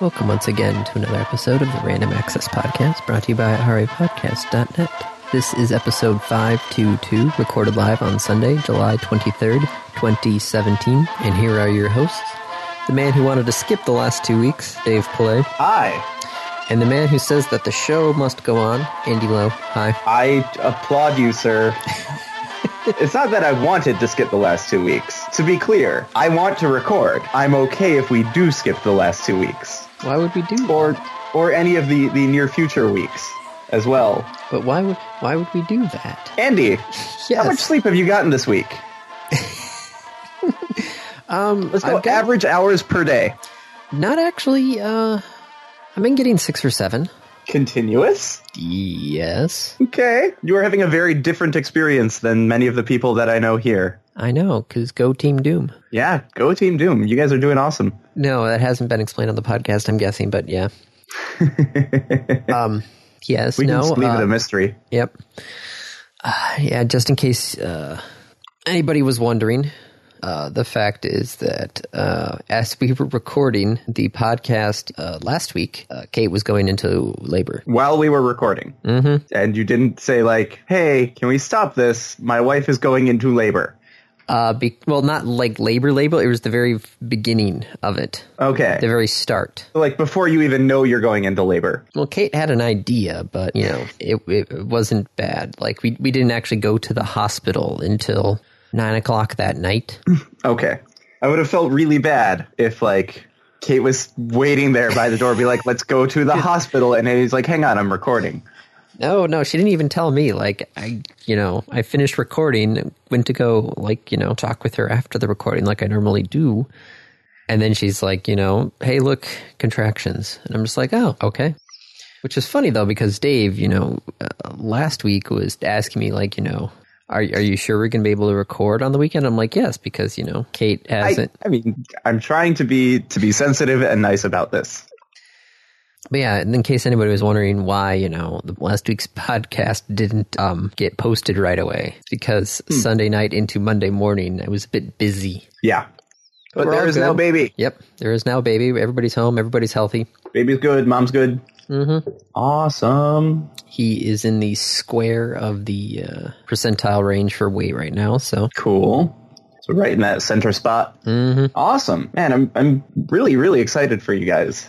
Welcome once again to another episode of the Random Access Podcast brought to you by HariPodcast.net. This is episode 522, recorded live on Sunday, July 23rd, 2017. And here are your hosts the man who wanted to skip the last two weeks, Dave Pillay, Hi. and the man who says that the show must go on, Andy Lowe. Hi. I applaud you, sir. it's not that I wanted to skip the last two weeks. To be clear, I want to record. I'm okay if we do skip the last two weeks. Why would we do that? Or or any of the, the near future weeks as well. But why would, why would we do that? Andy, how Yes. much sleep have you gotten this week? Um, Let's go I've got- average hours per day. Not actually. Uh, I've been getting six or seven. Continuous? Yes, Okay. You are having a very different experience than many of the people that I know here. I know. Cause go Team Doom. Yeah, go Team Doom. You guys are doing awesome. No, that hasn't been explained on the podcast. I'm guessing, but yeah. um. Yes. We no. can just leave uh, it a mystery. Yep. Uh, yeah, just in case uh, anybody was wondering, uh, the fact is that uh, as we were recording the podcast uh, last week, uh, Kate was going into labor. while we were recording. Mm-hmm. And you didn't say, like, hey, can we stop this? My wife is going into labor. Uh, be- well, not like labor label. It was the very beginning of it, Okay. the very start. like, before you even know you're going into labor. Well, Kate had an idea, but you know, it, it wasn't bad. Like we we didn't actually go to the hospital until nine o'clock that night. Okay. I would have felt really bad if, like, Kate was waiting there by the door, be like, let's go to the hospital. And he's like, hang on, I'm recording. No, no, she didn't even tell me. Like I, you know, I finished recording, went to go like you know talk with her after the recording, like I normally do, and then she's like, you know, hey, look, contractions, and I'm just like, oh, okay. Which is funny though because Dave, you know, uh, last week was asking me like, you know. Are, are you sure we're going to be able to record on the weekend? I'm like, yes, because, you know, Kate I, hasn't. I mean, I'm trying to be to be sensitive and nice about this. But yeah, and in case anybody was wondering why, you know, the last week's podcast didn't um, get posted right away it's because Sunday night into Monday morning, I was a bit busy. Yeah. But We're all there is no good. baby. Yep, there is now a baby. Everybody's home. Everybody's healthy. Baby's good. Mom's good. Mm-hmm. Awesome. He is in the square of the uh, percentile range for weight right now. So Cool. So right in that center spot. Mhm. Awesome, man! I'm I'm really really excited for you guys.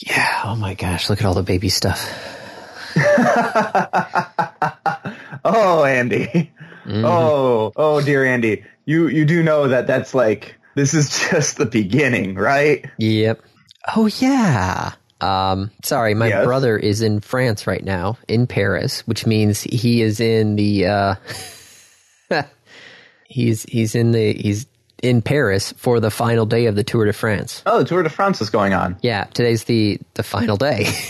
yeah, oh my gosh, look at all the baby stuff. Oh, Andy. Oh, oh, dear Andy. You you do know that that's like this is just the beginning, right? Yep. Oh yeah. Um, sorry, my Yes? brother is in France right now, in Paris, which means he is in the uh, he's he's in the he's in Paris for the final day of the Tour de France. Oh, the Tour de France is going on. Yeah, today's the the final day.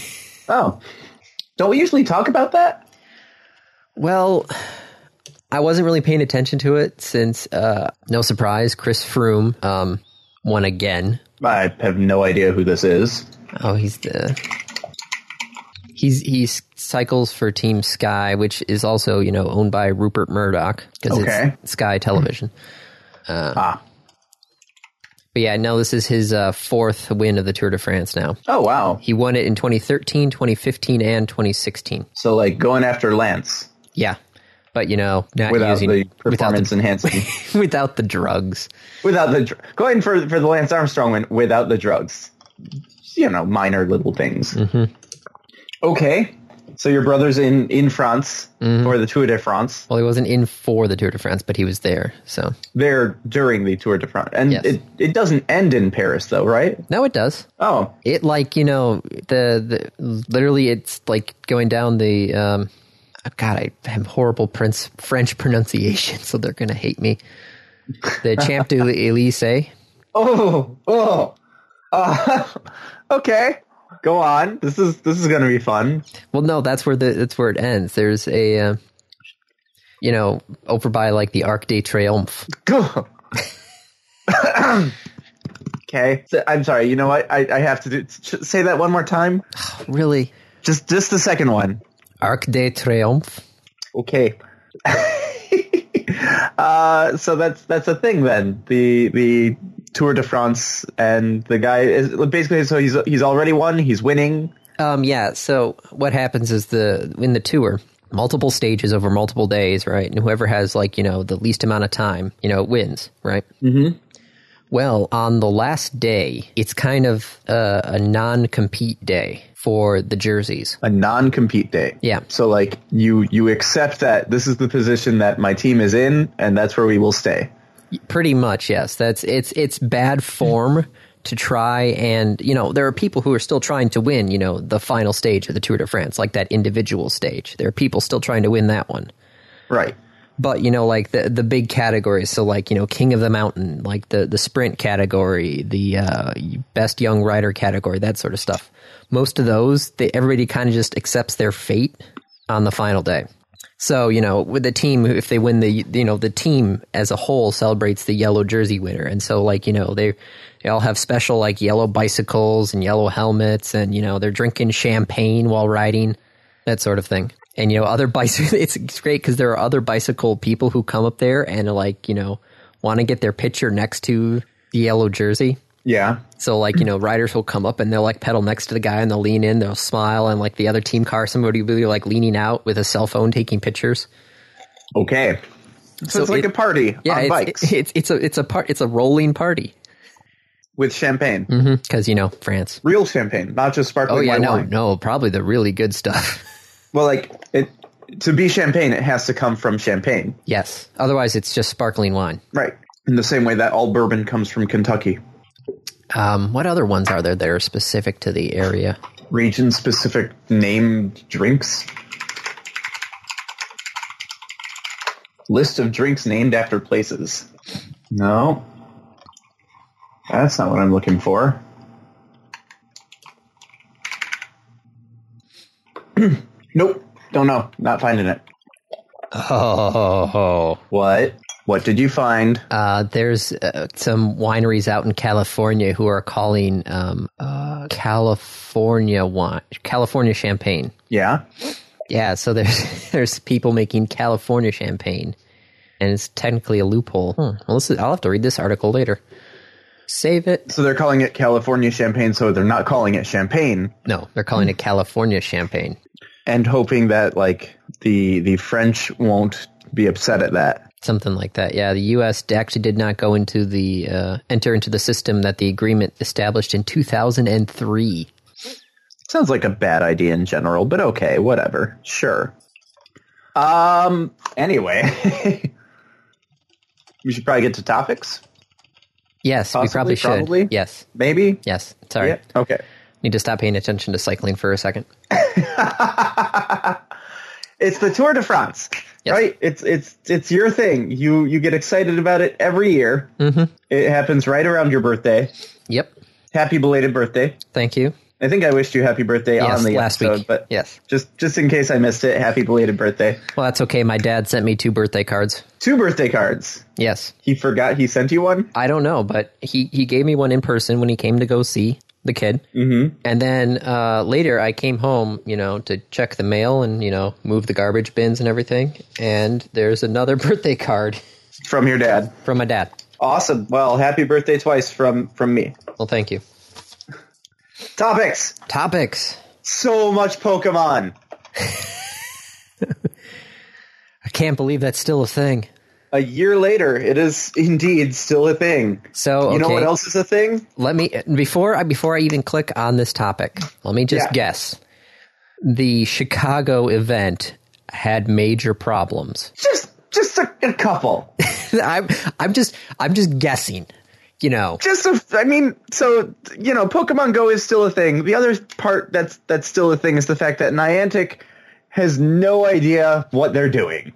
Oh, don't we usually talk about that? well, I wasn't really paying attention to it since, uh, no surprise, Chris Froome um, won again. I have no idea who this is. Oh, he's the he's he s- cycles for Team Sky, which is also you know owned by Rupert Murdoch because Okay. it's Sky Television. ah. But yeah, no, this is his uh, fourth win of the Tour de France. Now Oh wow. he won it in 2013, 2015, and 2016. So like going after Lance Yeah, but you know not without using the without performance the enhancing, without the drugs. without the dr- going for for the Lance Armstrong win without the drugs. You know, minor little things. Okay, so your brother's in in France or the Tour de France. Well, he wasn't in for the Tour de France, but he was there. So There during the Tour de France, and Yes. it it doesn't end in Paris though, right? no, it does. Oh, it like you know the, the literally it's like going down the um oh, god i have horrible prince french pronunciation so they're gonna hate me the champ de l'elysee oh, oh, uh, okay. Go on. This is this is gonna be fun. well no that's where the that's where it ends there's a uh, you know over by like the arc de triomphe Go. okay. So- I'm sorry. You know what? I, I have to do, s- say that one more time. really Just just the second one. arc de triomphe Okay. uh, so that's that's a thing then. The the Tour de France, and the guy is basically so he's he's already won. He's winning. Um, yeah. So what happens is the in the tour, multiple stages over multiple days, right? And whoever has like you know the least amount of time, you know, wins, right? Mm-hmm. Well, on the last day, it's kind of uh, a non-compete day for the jerseys. A non compete day. Yeah. So like you you accept that this is the position that my team is in, and that's where we will stay. Pretty much, yes. That's it's it's bad form to try and you know there are people who are still trying to win. You know the final stage of the Tour de France, like that individual stage. There are people still trying to win that one. Right. But you know, like the the big categories, so like you know, King of the Mountain, like the the sprint category, the uh, best young rider category, that sort of stuff. Most of those, they, everybody kind of just accepts their fate on the final day. So you know, with the team, if they win the you know the team as a whole celebrates the yellow jersey winner, and so like you know they they all have special like yellow bicycles and yellow helmets, and you know they're drinking champagne while riding, that sort of thing and you know other bicycle it's, it's great because there are other bicycle people who come up there and like you know want to get their picture next to the yellow jersey Yeah. so like you know riders will come up and they'll like pedal next to the guy and they'll lean in they'll smile and like the other team car somebody will be like leaning out with a cell phone taking pictures Okay. So, it's like it- a party yeah on it's, bikes it's, it's, a it's a part it's a rolling party with champagne, because you know france real champagne, not just sparkling Mm-hmm. oh yeah white no wine. no probably the really good stuff Well, like it to be champagne, it has to come from champagne, yes otherwise it's just sparkling wine right? In the same way that all bourbon comes from Kentucky, um, what other ones are there that are specific to the area region-specific named drinks. List of drinks named after places. No, that's not what I'm looking for. nope, don't know. Not finding it. oh What? What did you find? Uh, there's uh, some wineries out in California who are calling um, uh, California wine, California champagne. Yeah. Yeah, so there's there's people making California champagne, and it's technically a loophole. Hmm. Well, this is, I'll have to read this article later. Save it. So they're calling it California champagne, so they're not calling it champagne, No, they're calling it California champagne. and hoping that like the the French won't be upset at that. Something like that. Yeah, the U.S. actually did not go into the uh, enter into the system that the agreement established in 2003. Sounds like a bad idea in general, but okay, whatever. Sure. Um. Anyway, we should probably get to topics. Yes, we Possibly, probably should. probably. Yes, Maybe. yes. Sorry. Yeah, Okay. Need to stop paying attention to cycling for a second. It's the Tour de France, Yes. right? It's it's it's your thing. You you get excited about it every year. Mm-hmm. It happens right around your birthday. Yep. Happy belated birthday. Thank you. I think I wished you happy birthday Yes, on the last episode, week. but Yes. just just in case I missed it, happy belated birthday. Well, that's okay. My dad sent me two birthday cards. Two birthday cards. Yes. He forgot he sent you one. I don't know, but he, he gave me one in person when he came to go see the kid. Mm-hmm. And then uh, later I came home, you know, to check the mail and, you know, move the garbage bins and everything. And there's another birthday card from your dad. from my dad. Awesome. Well, happy birthday twice from from me. Well, thank you. Topics. Topics. So much Pokemon. I can't believe that's still a thing. A year later, it is indeed still a thing. So, you know okay. what else is a thing? let me before I before I even click on this topic, let me just Yeah. guess. The Chicago event had major problems. Just just a, a couple. I'm I'm just I'm just guessing, you know. just a, I mean, so you know, Pokemon Go is still a thing. The other part that's that's still a thing is the fact that Niantic has no idea what they're doing.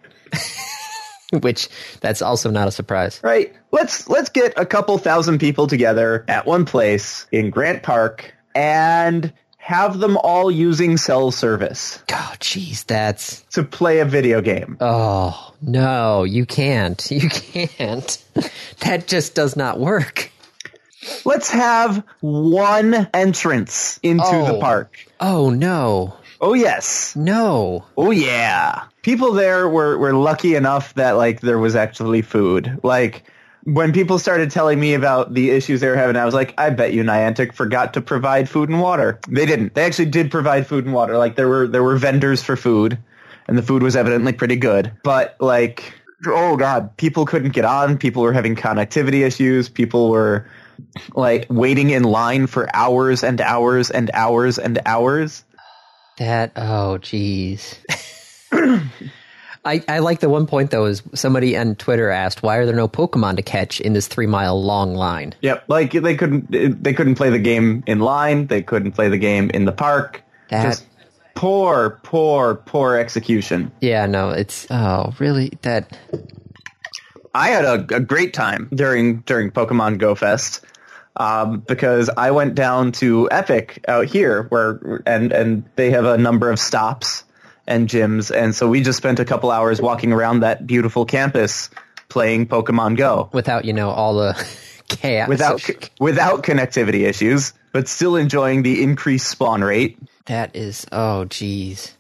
Which that's also not a surprise. Right? Let's let's get a couple thousand people together at one place in Grant Park and have them all using cell service Oh, jeez, that's to play a video game. oh no, you can't, you can't. that just does not work. Let's have one entrance into Oh. the park. Oh no, Oh yes. no. Oh yeah. People there were, were lucky enough that like there was actually food. Like when people started telling me about the issues they were having, I was like, I bet you Niantic forgot to provide food and water. They didn't. They actually did provide food and water. Like there were there were vendors for food, and the food was evidently pretty good. But like, oh god, people couldn't get on. People were having connectivity issues. People were like waiting in line for hours and hours and hours and hours. That oh jeez. I, I like the one point though is somebody on Twitter asked why are there no Pokemon to catch in this three mile long line? Yep, like they couldn't they couldn't play the game in line. They couldn't play the game in the park. That- Just poor, poor, poor execution. Yeah, no, it's oh really that I had a, a great time during during Pokemon Go Fest um, because I went down to Epic out here, where and and they have a number of stops and gyms, and so we just spent a couple hours walking around that beautiful campus playing Pokemon Go without you know all the chaos without without connectivity issues, but still enjoying the increased spawn rate. that is oh jeez.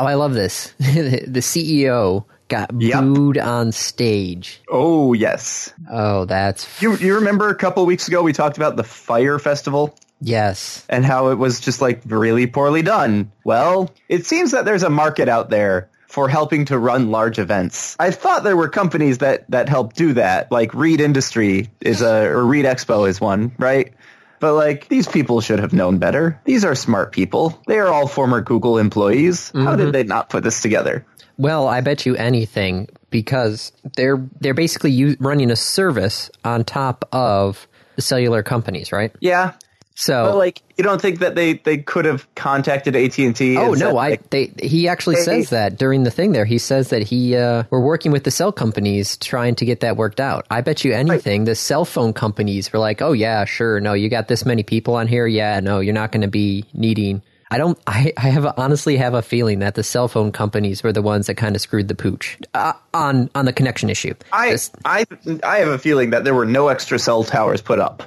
Oh, I love this. the CEO got Yep. booed on stage. Oh yes, Oh, that's you you remember a couple weeks ago we talked about the Fire Festival? yes. and how it was just like really poorly done. Well, it seems that there's a market out there for helping to run large events. I thought there were companies that that help do that, like Reed Industry is a or Reed Expo is one, right? But like these people should have known better. These are smart people. They are all former Google employees. How Mm-hmm. did they not put this together? Well, I bet you anything because they're they're basically u- running a service on top of the cellular companies, right? Yeah. So But like you don't think that they they could have contacted AT&T Oh and said, no! I like, they he actually says that during the thing there. He says that he uh, we're working with the cell companies trying to get that worked out. I bet you anything the cell phone companies were like, oh yeah, sure, no, you got this many people on here, yeah, no, you're not going to be needing. I don't. I, I have honestly have a feeling that the cell phone companies were the ones that kind of screwed the pooch uh, on on the connection issue. I, This- I I have a feeling that there were no extra cell towers put up.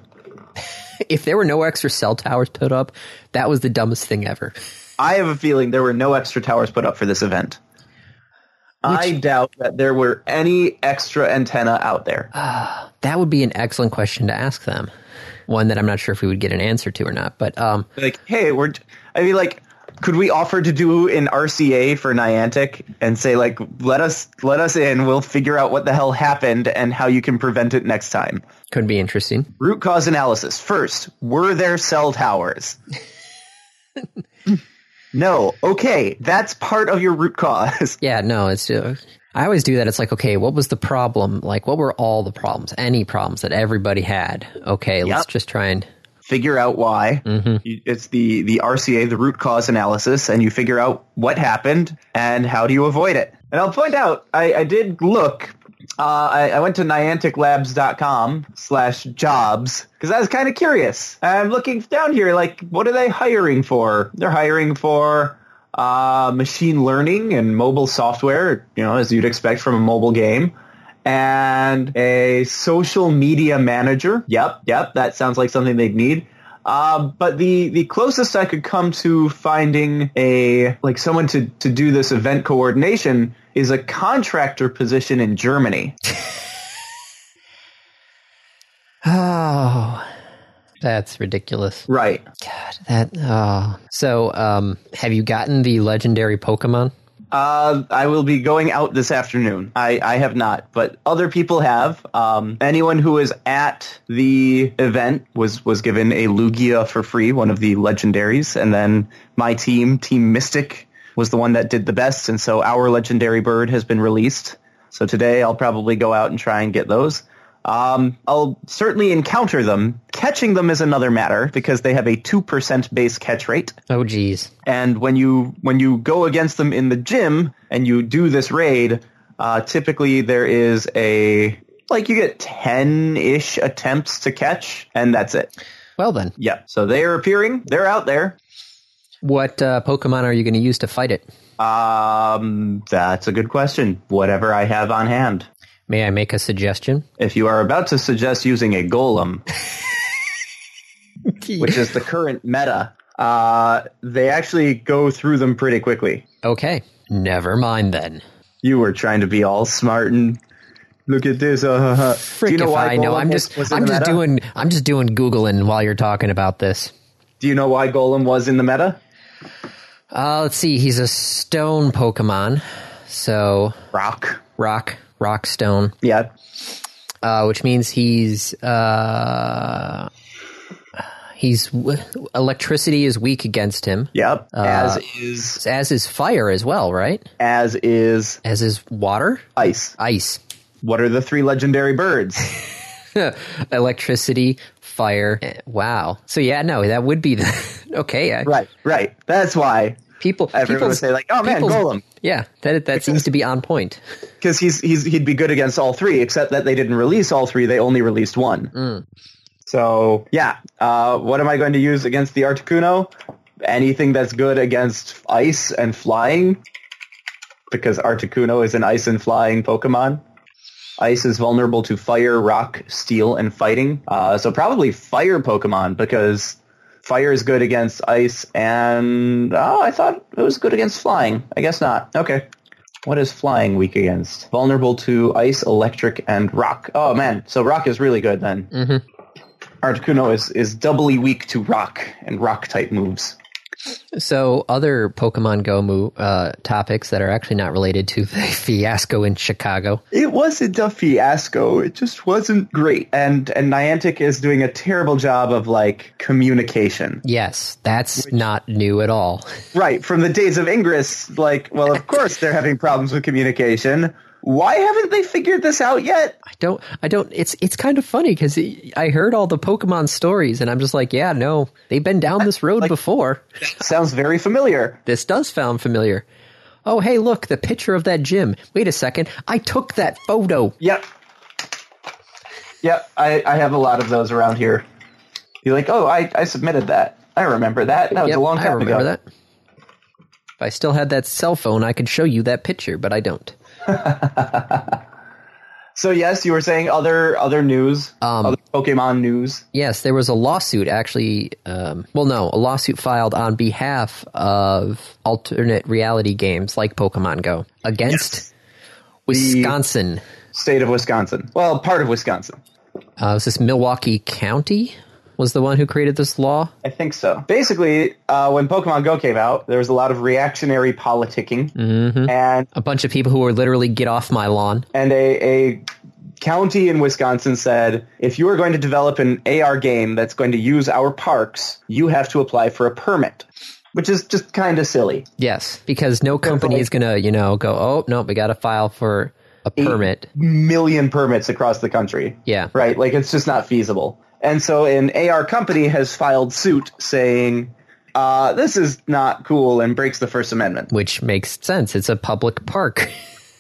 if there were no extra cell towers put up, that was the dumbest thing ever. I have a feeling there were no extra towers put up for this event. I doubt that there were any extra antenna out there. That would be an excellent question to ask them. One that I'm not sure if we would get an answer to or not, but um, like, hey, we're. j- I mean, like, could we offer to do an RCA for Niantic and say, like, let us let us in. We'll figure out what the hell happened and how you can prevent it next time. could be interesting. Root cause analysis. First, were there cell towers? no. Okay, that's part of your root cause. Yeah, no, it's. Uh, I always do that. It's like, okay, what was the problem? Like, what were all the problems? Any problems that everybody had? Okay, let's Yep. just try and. figure out why. You- It's the the RCA, the root cause analysis, and you figure out what happened and how do you avoid it. And I'll point out, I, I did look. Uh, I, I went to nianticlabs.com slash jobs because I was kind of curious. I'm looking down here, like, what are they hiring for? They're hiring for uh, machine learning and mobile software, you know, as you'd expect from a mobile game and a social media manager. Yep, yep, that sounds like something they'd need. Um, but the, the closest I could come to finding a like someone to, to do this event coordination is a contractor position in Germany. Oh, that's ridiculous. Right. God, that. Oh, so um, have you gotten the legendary Pokemon? Uh, I will be going out this afternoon. I, I have not, but other people have. Um, anyone who was at the event was, was given a Lugia for free, one of the legendaries. And then my team, Team Mystic, was the one that did the best. And so our legendary bird has been released. So today I'll probably go out and try and get those. Um, I'll certainly encounter them. Catching them is another matter because they have a 2% base catch rate Oh, geez. and when you when you go against them in the gym and you do this raid, uh, typically there is a like you get ten ish attempts to catch, and that's it. Well then, Yep. So they are appearing. They're out there. what uh, Pokemon are you going to use to fight it? Um, that's a good question. Whatever I have on hand. May I make a suggestion? If you are about to suggest using a golem, which is the current meta, uh, they actually go through them pretty quickly. Okay, never mind then. You were trying to be all smart and Look at this. Uh, Frick if I know. Golem I'm was- just was in I'm the just meta? doing I'm just doing googling while you're talking about this. Do you know why Golem was in the meta? Uh, let's see. He's a stone Pokemon, so Rock. rock, rock stone, Yeah. uh, which means he's uh, he's electricity is weak against him, Yep. Uh, as is as is fire as well, right? as is As is water, ice. ice, What are the three legendary birds? electricity, fire. Eh, Wow. So yeah, no, that would be the okay. I, right. Right. That's why People, everyone would people's- say like, "Oh man, people's- Golem," Yeah, that that seems to be on point. because he's he's he'd be good against all three. Except that they didn't release all three; they only released one. So yeah, uh, what am I going to use against the Articuno? Anything that's good against ice and flying, because Articuno is an ice and flying Pokemon. Ice is vulnerable to fire, rock, steel, and fighting. Uh, so probably fire Pokemon because fire is good against ice and oh, I thought it was good against flying. I guess not. Okay. What is flying weak against? Vulnerable to ice, electric, and rock. Oh man, so rock is really good then. Mm-hmm. Articuno is, is doubly weak to rock and rock type moves. So, other Pokemon Go mo- uh, topics that are actually not related to the fiasco in Chicago. It wasn't a fiasco. It just wasn't great. And and Niantic is doing a terrible job of like communication. Yes, that's not new at all. Right, from the days of Ingress, like, well, of course they're having problems with communication. Why haven't they figured this out yet? I don't. I don't. It's it's kind of funny because I heard all the Pokemon stories, and I'm just like, yeah, no, they've been down this road before. Sounds very familiar. This does sound familiar. Oh, hey, look, the picture of that gym. Wait a second, I took that photo. Yep. Yep, I, I have a lot of those around here. You're like, oh, I, I submitted that. I remember that. That was Yep, a long time I remember ago. that. If I still had that cell phone, I could show you that picture, but I don't. So yes, you were saying other other news, Um, other Pokemon news. Yes, there was a lawsuit actually. Um, well, no, a lawsuit filed on behalf of alternate reality games like Pokemon Go against Wisconsin. State of Wisconsin. Well, part of Wisconsin. Uh, was this Milwaukee County? Was the one who created this law? I think so. Basically, uh, when Pokemon Go came out, there was a lot of reactionary politicking, Mm-hmm. and A bunch of people who were literally get off my lawn. and a, a county in Wisconsin said, if you are going to develop an AR game that's going to use our parks, you have to apply for a permit, which is just kind of silly. Yes, because no company is gonna, you know, go. Oh no, we got to file for a permit. Million permits across the country. Yeah. Right? Like, it's just not feasible. And so an AR company has filed suit saying, uh, this is not cool and breaks the First Amendment. Which makes sense. It's a public park.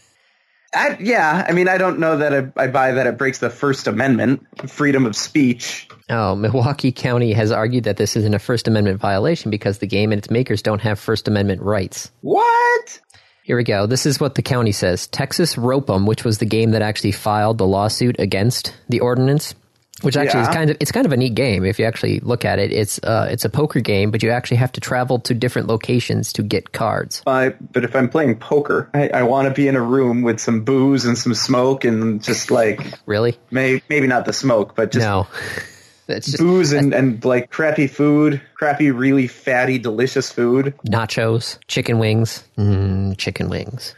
I, yeah, I mean, I don't know that I, I buy that it breaks the First Amendment, freedom of speech. Oh, Milwaukee County has argued that this isn't a First Amendment violation because the game and its makers don't have First Amendment rights. What? Here we go. This is what the county says. Texas Ropem, which was the game that actually filed the lawsuit against the ordinance, which actually is Yeah. kind of it's kind of a neat game if you actually look at it. It's uh, it's a poker game, but you actually have to travel to different locations to get cards. I, but if I'm playing poker, I, I want to be in a room with some booze and some smoke and just like Really? may, maybe not the smoke, but just No. That's just booze and, and like crappy food, crappy, really fatty, delicious food. nachos, chicken wings, Mm-hmm. mm, chicken wings.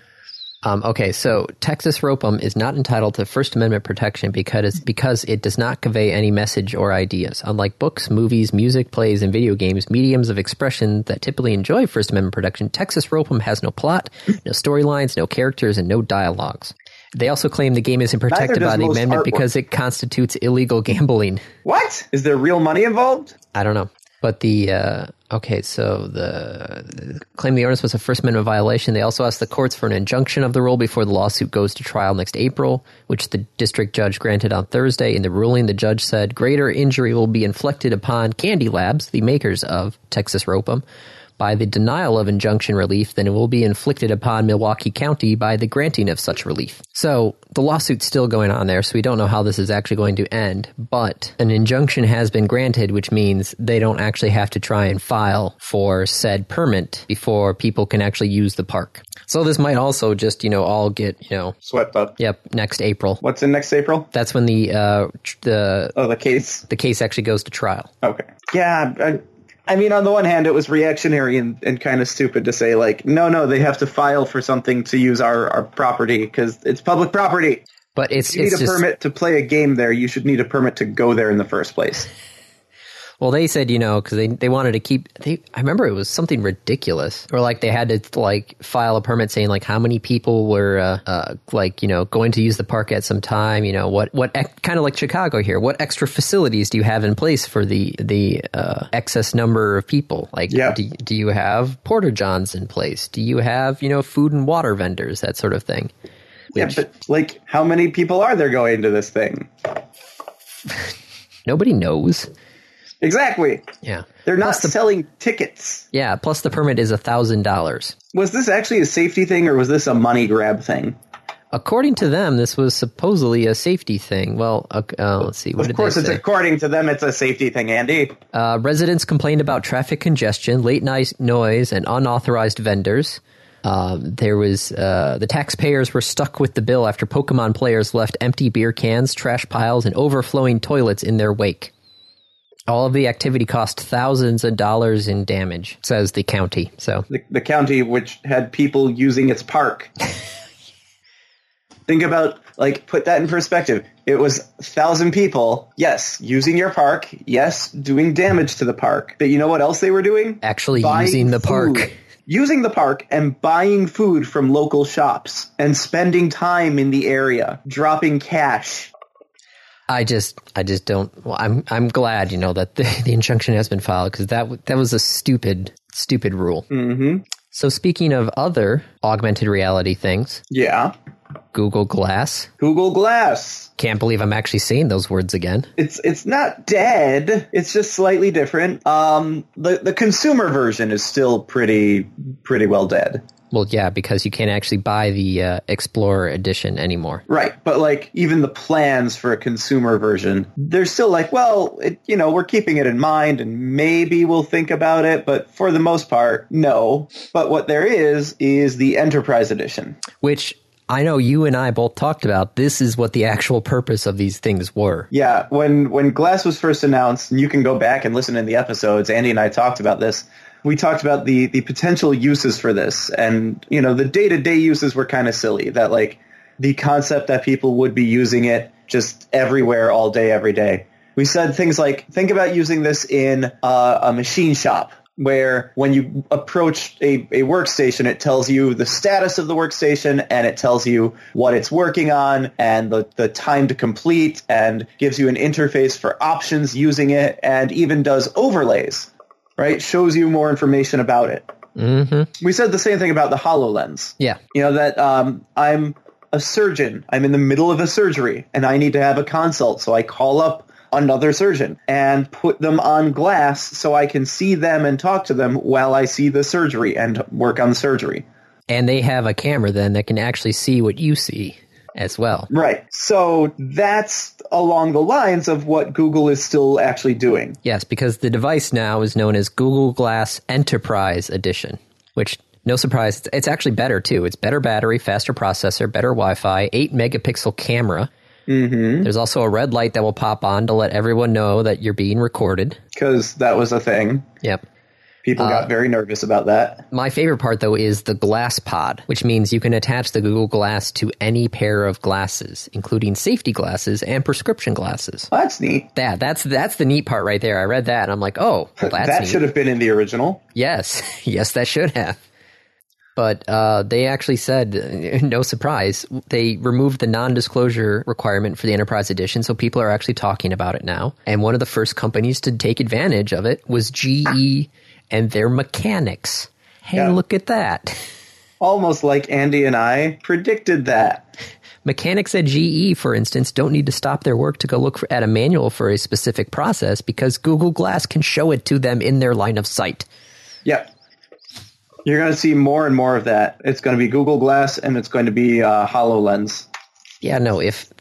Um, okay, so Texas Ropem is not entitled to First Amendment protection because because it does not convey any message or ideas. Unlike books, movies, music, plays, and video games, mediums of expression that typically enjoy First Amendment protection, Texas Ropem has no plot, no storylines, no characters, and no dialogues. They also claim the game isn't protected does by the most amendment artwork. because it constitutes illegal gambling. What is there real money involved? I don't know. But the uh, okay, so the, the claim the ordinance was a First Amendment violation. They also asked the courts for an injunction of the rule before the lawsuit goes to trial next April, which the district judge granted on Thursday. In the ruling, the judge said greater injury will be inflicted upon Candy Labs, the makers of Texas Ropem, by the denial of injunction relief than it will be inflicted upon Milwaukee County by the granting of such relief. So the lawsuit's still going on there, so we don't know how this is actually going to end, but an injunction has been granted, which means they don't actually have to try and file for said permit before people can actually use the park. So this might also just, you know, all get, you know, Swept up. yep, next April. What's in next April? That's when the uh, tr- the Oh, the case. the case actually goes to trial. Okay. Yeah. I, I mean, on the one hand, it was reactionary and, and kind of stupid to say, like, no, no, they have to file for something to use our, our property because it's public property. But it's You need it's a just permit to play a game there. You should need a permit to go there in the first place. well they said you know because they they wanted to keep they I remember it was something ridiculous or like they had to like file a permit saying like how many people were uh, uh like you know going to use the park at some time you know what what kind of like Chicago here what extra facilities do you have in place for the the uh, excess number of people like Yeah. do, do you have porter johns in place do you have you know food and water vendors that sort of thing Yeah, but like, how many people are there going to this thing? nobody knows Exactly. yeah They're not selling tickets. yeah plus the permit is a thousand dollars Was this actually a safety thing or was this a money grab thing? According to them, this was supposedly a safety thing. Well, uh, uh, let's see. What Of did course, they it's say? according to them, it's a safety thing, Andy. Uh, residents complained about traffic congestion, late night noise, and unauthorized vendors. Um, there was uh, the taxpayers were stuck with the bill after Pokemon players left empty beer cans, trash piles, and overflowing toilets in their wake. All of the activity cost thousands of dollars in damage, says the county. So The, the county which had people using its park. Think about, like, put that in perspective. It was 1,000 people, yes, using your park, yes, doing damage to the park. But you know what else they were doing? actually buying using the park. food- using the park and buying food from local shops and spending time in the area, dropping cash. I just, I just don't. Well, I'm, I'm glad you know that the, the injunction has been filed because that w- that was a stupid, stupid rule. Mm-hmm. So speaking of other augmented reality things, Yeah. Google Glass. Google Glass. Can't believe I'm actually saying those words again. It's it's not dead. It's just slightly different. Um the the consumer version is still pretty pretty well dead. Well, yeah, because you can't actually buy the uh, Explorer edition anymore. Right, but like even the plans for a consumer version, they're still like, well, it, you know, we're keeping it in mind and maybe we'll think about it, but for the most part, no. But what there is is the enterprise edition. Which I know you and I both talked about. This is what the actual purpose of these things were. Yeah, when when Glass was first announced, and you can go back and listen in the episodes. Andy and I talked about this. We talked about the the potential uses for this, and you know the day to day uses were kind of silly. That like the concept that people would be using it just everywhere, all day, every day. We said things like, think about using this in uh, a machine shop where when you approach a, a workstation, it tells you the status of the workstation and it tells you what it's working on and the, the time to complete and gives you an interface for options using it and even does overlays, right? Shows you more information about it. Mm-hmm. We said the same thing about the HoloLens Yeah, you know that um, i'm a surgeon i'm in the middle of a surgery and i need to have a consult so i call up another surgeon and put them on glass so i can see them and talk to them while i see the surgery and work on the surgery and they have a camera then that can actually see what you see as well. right so that's along the lines of what google is still actually doing Yes, because the device now is known as Google Glass Enterprise Edition, which no surprise, it's, it's actually better too. It's better battery, faster processor, better Wi-Fi, eight megapixel camera. Mm-hmm. There's also a red light that will pop on to let everyone know that you're being recorded. because that was a thing Yep. Uh. people got very nervous about that My favorite part though is the glass pod, which means you can attach the Google Glass to any pair of glasses, including safety glasses and prescription glasses. Well, that's neat That that's that's the neat part right there. I read that and I'm like, oh, well, that's that neat. should have been in the original Yes, yes, that should have. But uh, they actually said, no surprise, they removed the non disclosure requirement for the Enterprise Edition, so people are actually talking about it now. And one of the first companies to take advantage of it was GE and their mechanics. Hey, Yeah. look at that. almost like andy and i predicted that Mechanics at GE, for instance, don't need to stop their work to go look for, at a manual for a specific process because Google Glass can show it to them in their line of sight. Yep. You're going to see more and more of that. It's going to be Google Glass and it's going to be uh, HoloLens. Yeah, no, if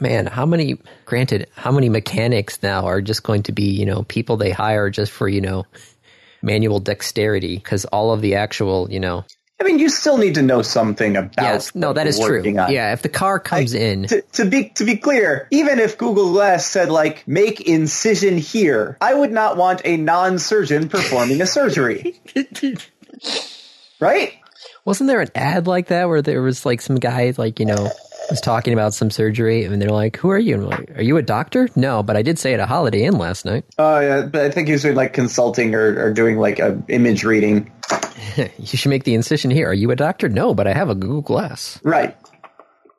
man, how many granted, how many mechanics now are just going to be, you know, people they hire just for, you know, manual dexterity cuz all of the actual, you know. I mean, you still need to know something about. Yes, no, what that you're is true. working on. Yeah, if the car comes in, To, to be to be clear, even if Google Glass said like make incision here, I would not want a non-surgeon performing a surgery, right? wasn't there an ad like that where there was like some guy like, you know, was talking about some surgery and they're like, "Who are you?" And I'm like, "Are you a doctor?" No, but I did say at a Holiday Inn last night. Oh yeah, but I think he's doing like consulting or, or doing like a image reading, You should make the incision here. Are you a doctor? No, but I have a Google Glass. right?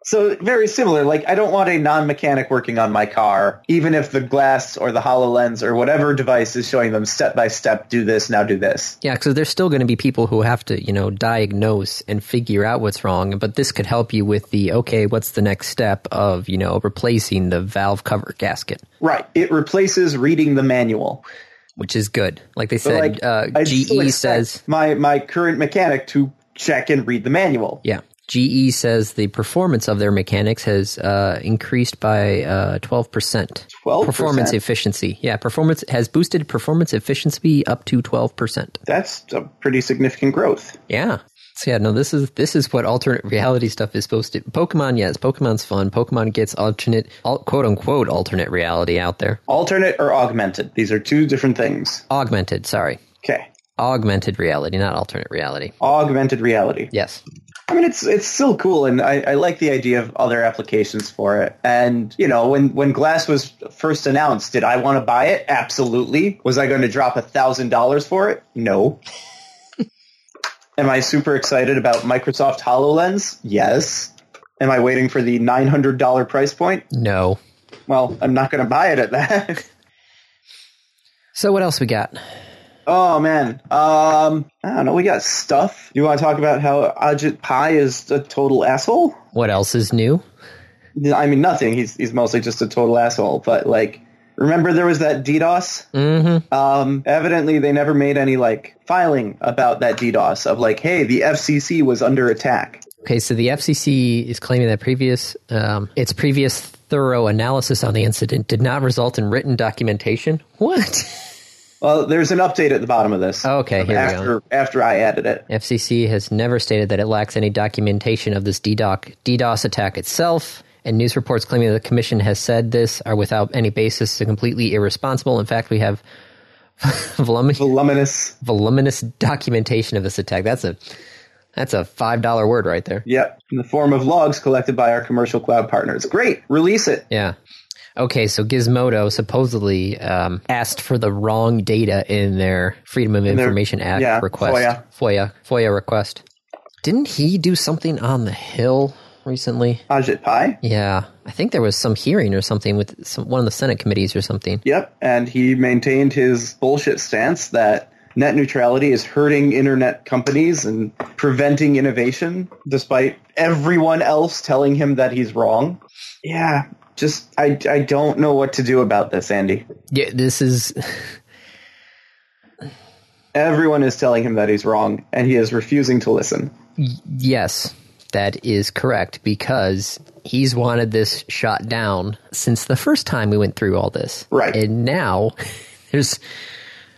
So very similar. Like I don't want a non-mechanic working on my car, even if the glass or the Hololens or whatever device is showing them step by step, do this now, do this. Yeah, because there's still going to be people who have to, you know, diagnose and figure out what's wrong. But this could help you with the okay, what's the next step of, you know, replacing the valve cover gasket, Right. It replaces reading the manual. which is good. Like they But, said, uh, I'd still GE expect says, my my current mechanic to check and read the manual. yeah, GE says the performance of their mechanics has uh, increased by uh, 12%. 12%? Performance efficiency. Yeah, performance has boosted performance efficiency up to 12%. That's a pretty significant growth. Yeah. So yeah, no, this is this is what alternate reality stuff is supposed to. Pokemon, yes, Pokemon's fun. Pokemon gets alternate, al- quote unquote, alternate reality out there. Alternate or augmented. These are two different things. Augmented, sorry, Okay. augmented reality, not alternate reality. Augmented reality. Yes, I mean, it's it's still cool, and I, I like the idea of other applications for it. And you know, when when Glass was first announced, did I want to buy it? Absolutely. Was I going to drop a thousand dollars for it? No. Am I super excited about Microsoft Hololens? Yes. Am I waiting for the nine hundred dollar price point? no. Well, I'm not going to buy it at that. So what else we got? oh man, um, I don't know. We got stuff. You want to talk about how Ajit Pai is a total asshole? What else is new? I mean, nothing. He's he's mostly just a total asshole. But like, remember there was that DDoS. Mm-hmm. Um, evidently, they never made any like filing about that DDoS of like, hey, the FCC was under attack. Okay, so the FCC is claiming that previous um, its previous thorough analysis on the incident did not result in written documentation. What? Well, there's an update at the bottom of this. Oh, Okay, here we go. after after I added it. FCC has never stated that it lacks any documentation of this DDoS, DDoS attack itself, and news reports claiming that the commission has said this are without any basis and completely irresponsible. In fact, we have voluminous, Voluminous. voluminous documentation of this attack. That's a that's a five dollar word right there. Yep. In the form of logs collected by our commercial cloud partners. Great. Release it. Yeah. Okay, so Gizmodo supposedly um, asked for the wrong data in their Freedom of Information Act yeah, request. FOIA. FOIA. FOIA request. Didn't he do something on the Hill recently? Ajit Pai. Yeah, I think there was some hearing or something with some, one of the Senate committees or something. Yep, and he maintained his bullshit stance that net neutrality is hurting internet companies and preventing innovation, despite everyone else telling him that he's wrong. Yeah, just I, I don't know what to do about this, Andy. Yeah, this is Everyone is telling him that he's wrong, and he is refusing to listen. yes, that is correct because he's wanted this shot down since the first time we went through all this. Right. And now there's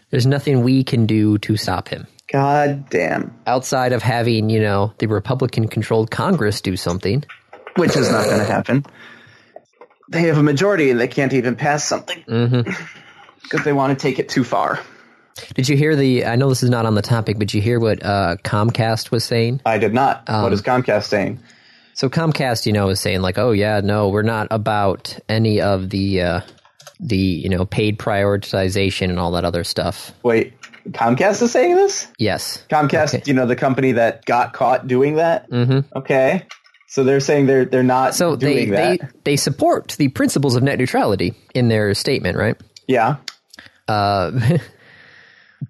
there's nothing we can do to stop him God damn. outside of having, you know, the Republican controlled Congress do something. Which is not going to happen. They have a majority and they can't even pass something. Because they want to take it too far. Did you hear the I know this is not on the topic, but you hear what uh, Comcast was saying? I did not. what is Comcast saying? So Comcast, you know, is saying like, "Oh yeah, no, we're not about any of the uh, the you know paid prioritization and all that other stuff." Wait, Comcast is saying this? Yes, Comcast, you know, the company that got caught doing that. Mm-hmm. Okay, so they're saying they're they're not so they doing they, that. they support the principles of net neutrality in their statement, right? yeah,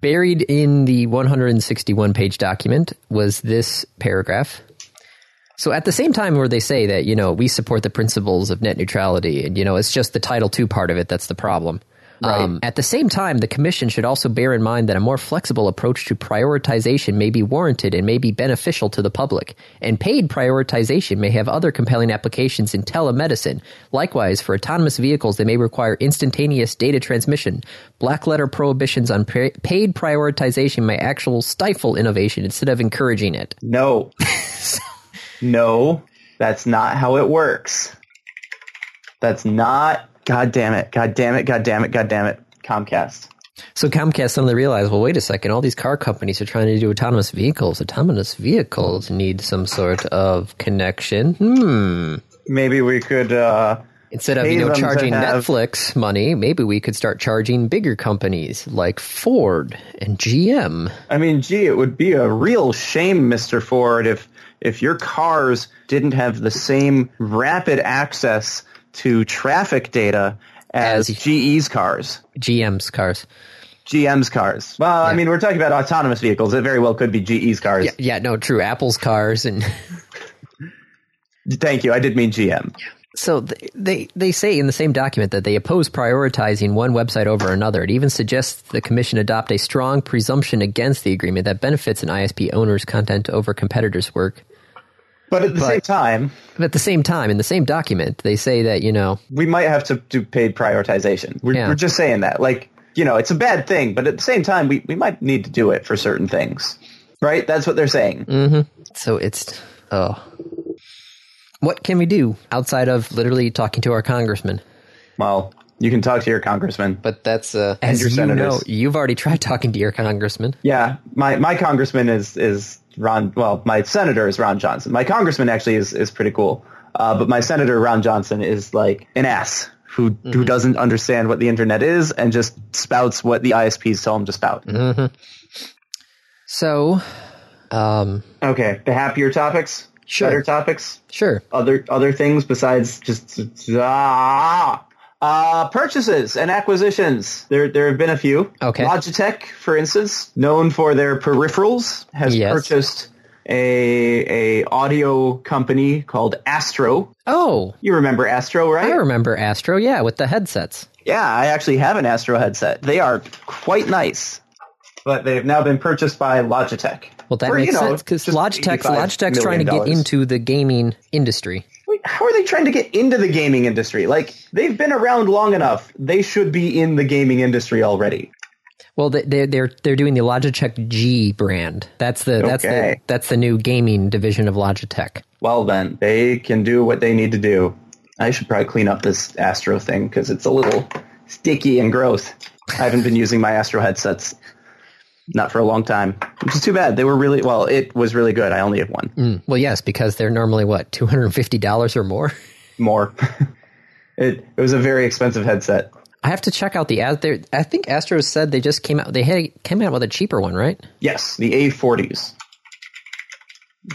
Buried in the 161 page document was this paragraph. So at the same time where they say that, you know, we support the principles of net neutrality and, you know, it's just the Title II part of it that's the problem. Um, at the same time, the Commission should also bear in mind that a more flexible approach to prioritization may be warranted and may be beneficial to the public. And paid prioritization may have other compelling applications in telemedicine. Likewise, for autonomous vehicles, they may require instantaneous data transmission. Black letter prohibitions on pa- paid prioritization may actually stifle innovation instead of encouraging it. No. no, that's not how it works. That's not. God damn it. God damn it. God damn it. God damn it. Comcast. So Comcast suddenly realized, well, wait a second, all these car companies are trying to do autonomous vehicles. Autonomous vehicles need some sort of connection. Hmm. Maybe we could. Uh, Instead of Pay you know them to charging have- Netflix money, maybe we could start charging bigger companies like Ford and GM. I mean, gee, it would be a real shame, Mister Ford, if if your cars didn't have the same rapid access to traffic data as, As- GE's cars. GM's cars. GM's cars. Well, I mean, we're talking about autonomous vehicles. It very well could be GE's cars. Yeah, yeah, no, true. Apple's cars and Thank you. I did mean GM. So th- they they say in the same document that they oppose prioritizing one website over another. It even suggests the commission adopt a strong presumption against the agreement that benefits an ISP owner's content over competitors' work. But at the But- same time, But at the same time, in the same document, they say that you know we might have to do paid prioritization. We're, Yeah. we're just saying that. Like, you know, it's a bad thing, but at the same time, we, we might need to do it for certain things. Right? That's what they're saying. Mm. So it's oh, what can we do outside of literally talking to our congressman? Well, you can talk to your congressman. But that's uh, as your you senators. know, you've already tried talking to your congressman. Yeah, my, my congressman is, is Ron. Well, my senator is Ron Johnson. My congressman actually is, is pretty cool. Uh, but my senator, Ron Johnson, is like an ass who, who doesn't understand what the internet is and just spouts what the ISPs tell him to spout. So, um, Okay, the happier topics, Sure. better topics. sure, other other things besides just ah uh, purchases and acquisitions. There there have been a few. Okay. Logitech, for instance, known for their peripherals, has Yes. purchased a a audio company called Astro. oh. You remember Astro, right? I remember Astro, yeah, with the headsets. Yeah, I actually have an Astro headset. They are quite nice. But they've now been purchased by Logitech. Well, that For, you makes know, sense because just Logitech's, 85 Logitech's trying to million get dollars. into the gaming industry. how are they trying to get into the gaming industry? Like they've been around long enough. They should be in the gaming industry already. Well, they- they're they're they're doing the Logitech G brand. That's the that's the Okay. that's the new gaming division of Logitech. Well then, they can do what they need to do. I should probably clean up this Astro thing because it's a little sticky and gross. I haven't been using my Astro headsets not for a long time, which is too bad. They were really well. It was really good. I only have one Mm, Well, yes, because they're normally what two hundred and fifty dollars or more. more. it it was a very expensive headset. I have to check out the ad. There, I think Astro said they just came out. They had came out with a cheaper one, right? Yes, the A40s.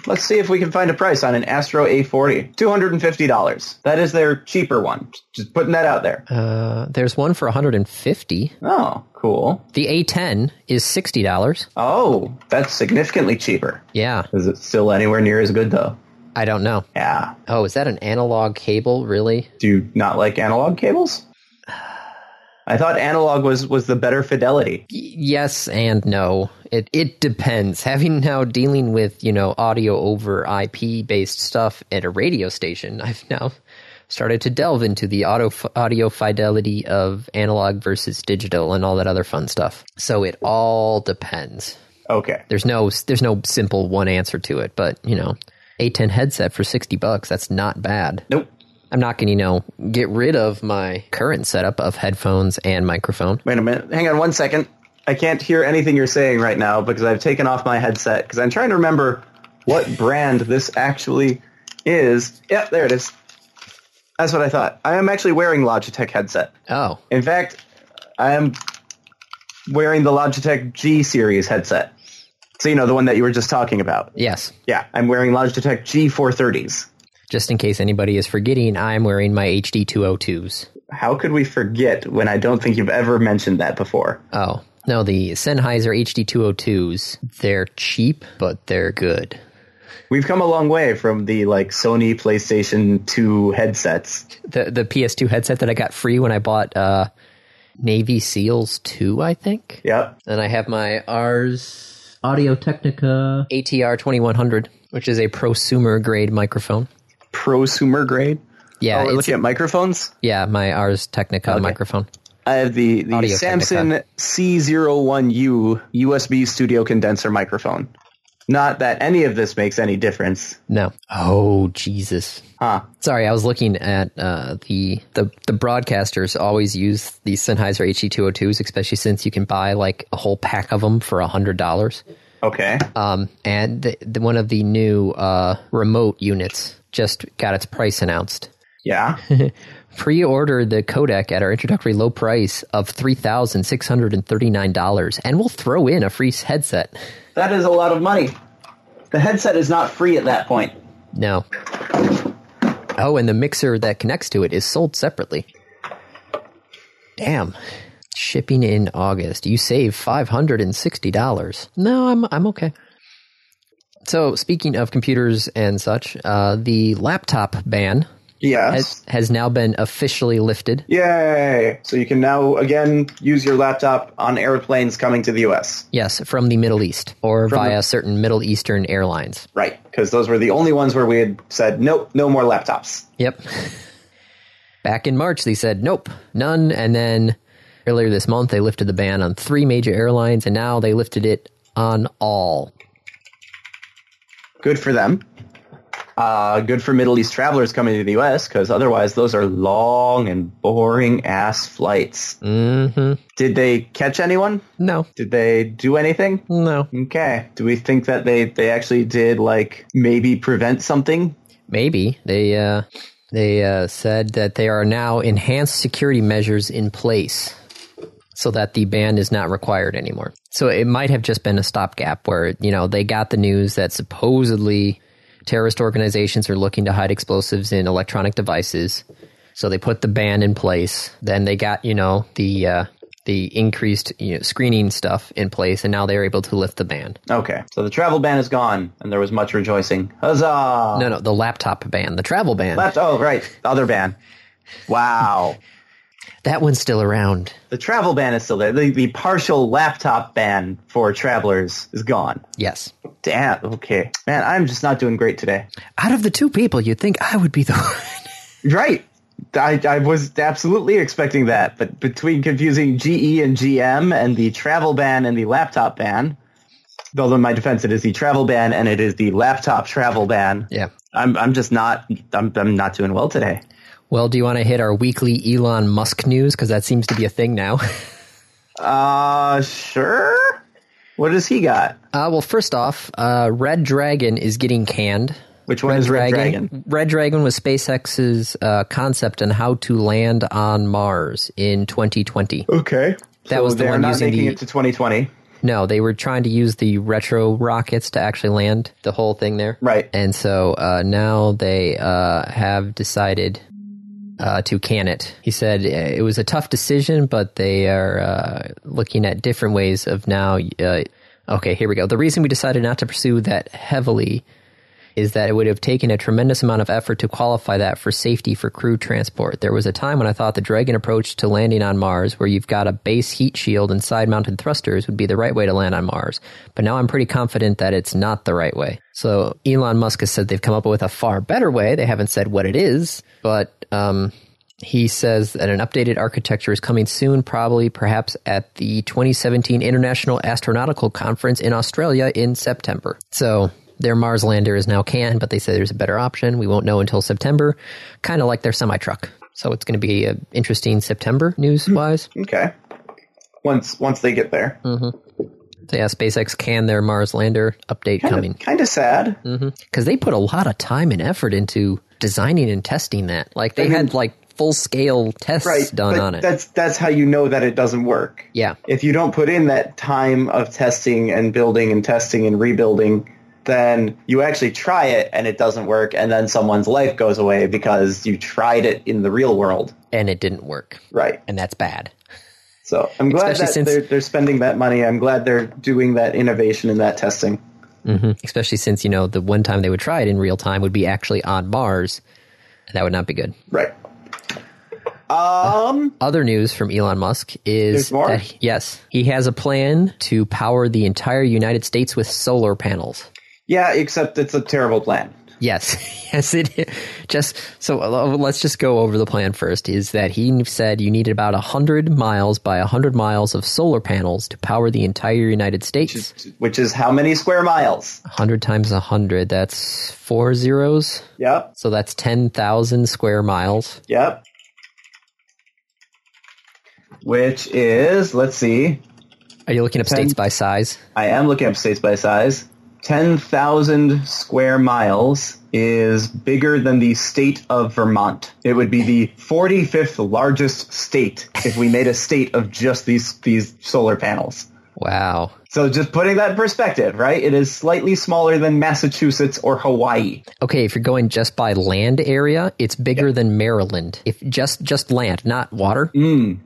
Let's see if we can find a price on an Astro A40. $250. That is their cheaper one. Just putting that out there. Uh, there's one for one hundred and fifty. Oh, cool. The A10 is sixty dollars. Oh, that's significantly cheaper. Yeah, Is it still anywhere near as good though? I don't know. Yeah. Oh, is that an analog cable? Really? Do you not like analog cables? I thought analog was, was the better fidelity. yes and no it it depends having now dealing with you know audio over ip based stuff at a radio station i've now started to delve into the auto audio fidelity of analog versus digital and all that other fun stuff so it all depends Okay. there's no there's no simple one answer to it but you know a10 headset for 60 bucks that's not bad Nope. i'm not going to you know get rid of my current setup of headphones and microphone Wait a minute. Hang on one second. I can't hear anything you're saying right now because I've taken off my headset because I'm trying to remember what brand this actually is. Yep, there it is. That's what I thought. I am actually wearing Logitech headset. oh In fact, I am wearing the Logitech G series headset. So you know the one that you were just talking about. yes Yeah, I'm wearing Logitech G430s. Just in case anybody is forgetting, I'm wearing my HD 202s. How could we forget when I don't think you've ever mentioned that before? Oh, no, the Sennheiser HD 202s, they're cheap, but they're good. We've come a long way from the like Sony PlayStation 2 headsets. The the PS2 headset that I got free when I bought uh Navy SEALs 2, I think. Yep. And I have my Ars Audio Technica ATR 2100, which is a prosumer grade microphone. Prosumer grade. Yeah, oh, we're it's- looking at microphones. yeah, my Ars Technica microphone. I have the, the Audio Samson C01U USB studio condenser microphone. Not that any of this makes any difference. No. Oh Jesus. Huh. Sorry, I was looking at uh, the the the broadcasters always use the Sennheiser HE202s, especially since you can buy like a whole pack of them for hundred dollars. Okay. Um, and the, the, one of the new uh, remote units just got its price announced. Yeah. Pre-order the codec at our introductory low price of three thousand six hundred and thirty-nine dollars, and we'll throw in a free headset. that is a lot of money. The headset is not free at that point. No. Oh, and the mixer that connects to it is sold separately. Damn. Shipping in August. You save $560. No, I'm I'm okay. So, speaking of computers and such, uh, the laptop ban Yes. has, has now been officially lifted. Yay. So you can now again use your laptop on airplanes coming to the US. Yes, from the Middle East or via the- certain Middle Eastern airlines. Right. Because those were the only ones where we had said, nope, no more laptops. Yep. Back in March, they said nope, none, and then earlier this month they lifted the ban on three major airlines, and now they lifted it on all. Good for them. Uh, good for Middle East travelers coming to the U.S. because otherwise those are long and boring ass flights. Mm-hmm. Did they catch anyone? No, Did they do anything? no. Okay. Do we think that they, they actually did like maybe prevent something? Maybe they uh, they uh, said that there are now enhanced security measures in place so that the ban is not required anymore. So it might have just been a stopgap where you know they got the news that supposedly terrorist organizations are looking to hide explosives in electronic devices. So they put the ban in place. Then they got you know the uh, the increased you know, screening stuff in place, and now they're able to lift the ban. Okay. So the travel ban is gone, and there was much rejoicing. Huzzah! No, no, the laptop ban, the travel ban. Left. Oh, right. The other ban. Wow. that one's still around. the travel ban is still there. The, the partial laptop ban for travelers is gone. Yes. Damn. Okay. Man, I'm just not doing great today. out of the two people, you'd think I would be the one. Right. I, I was absolutely expecting that, but between confusing GE and GM and the travel ban and the laptop ban, though in my defense it is the travel ban and it is the laptop travel ban, Yeah. I'm I'm just not I'm I'm not doing well today. Well, do you want to hit our weekly Elon Musk news? Because that seems to be a thing now. Uh sure. What does he got? Uh, well, first off, uh, Red Dragon is getting canned. Which one is Red Dragon? Red Dragon was SpaceX's uh, concept on how to land on Mars in 2020. Okay. That So was the they're one not using making the- it to 2020. No, they were trying to use the retro rockets to actually land the whole thing there. Right. And so uh, now they uh, have decided uh, to can it. He said uh, it was a tough decision, but they are uh, looking at different ways of now. Uh, okay, here we go. The reason we decided not to pursue that heavily is that it would have taken a tremendous amount of effort to qualify that for safety for crew transport. There was a time when I thought the Dragon approach to landing on Mars, where you've got a base heat shield and side mounted thrusters, would be the right way to land on Mars. But now I'm pretty confident that it's not the right way. So Elon Musk has said they've come up with a far better way. They haven't said what it is, but um, he says that an updated architecture is coming soon, probably perhaps at the 2017 International Astronautical Conference in Australia in September. So their Mars lander is now canned, but they say there's a better option. We won't know until September, kind of like their semi truck. So it's going to be an interesting September news wise. Okay. Once once they get there. Hmm. So yeah, SpaceX can their Mars lander update coming Kind of sad. because they put a lot of time and effort into designing and testing that. Like they mean- had like full scale tests Right. done but on it. That's that's how you know that it doesn't work. Yeah. If you don't put in that time of testing and building and testing and rebuilding, then you actually try it and it doesn't work and then someone's life goes away because you tried it in the real world. And it didn't work. Right. And that's bad. So I'm glad Especially that since- they're, they're spending that money. I'm glad they're doing that innovation and that testing. especially since you know the one time they would try it in real time would be actually on Mars, and that would not be good. Right. Um, Other news from Elon Musk is There's more? that yes, he has a plan to power the entire United States with solar panels. yeah, except it's a terrible plan. Yes, yes, it just so uh, let's just go over the plan first. Is that he said you needed about hundred miles by hundred miles of solar panels to power the entire United States? Which is how many square miles? Hundred times hundred, that's four zeros. Yep, So that's ten thousand square miles. yep. Which is, let's see, Are you looking up states by size? I am looking up states by size. 10,000 square miles is bigger than the state of Vermont. It would be the 45th largest state if we made a state of just these, these solar panels. Wow. So just putting that in perspective, right? It is slightly smaller than Massachusetts or Hawaii. Okay, if you're going just by land area, it's bigger than Maryland. If just just land, not water,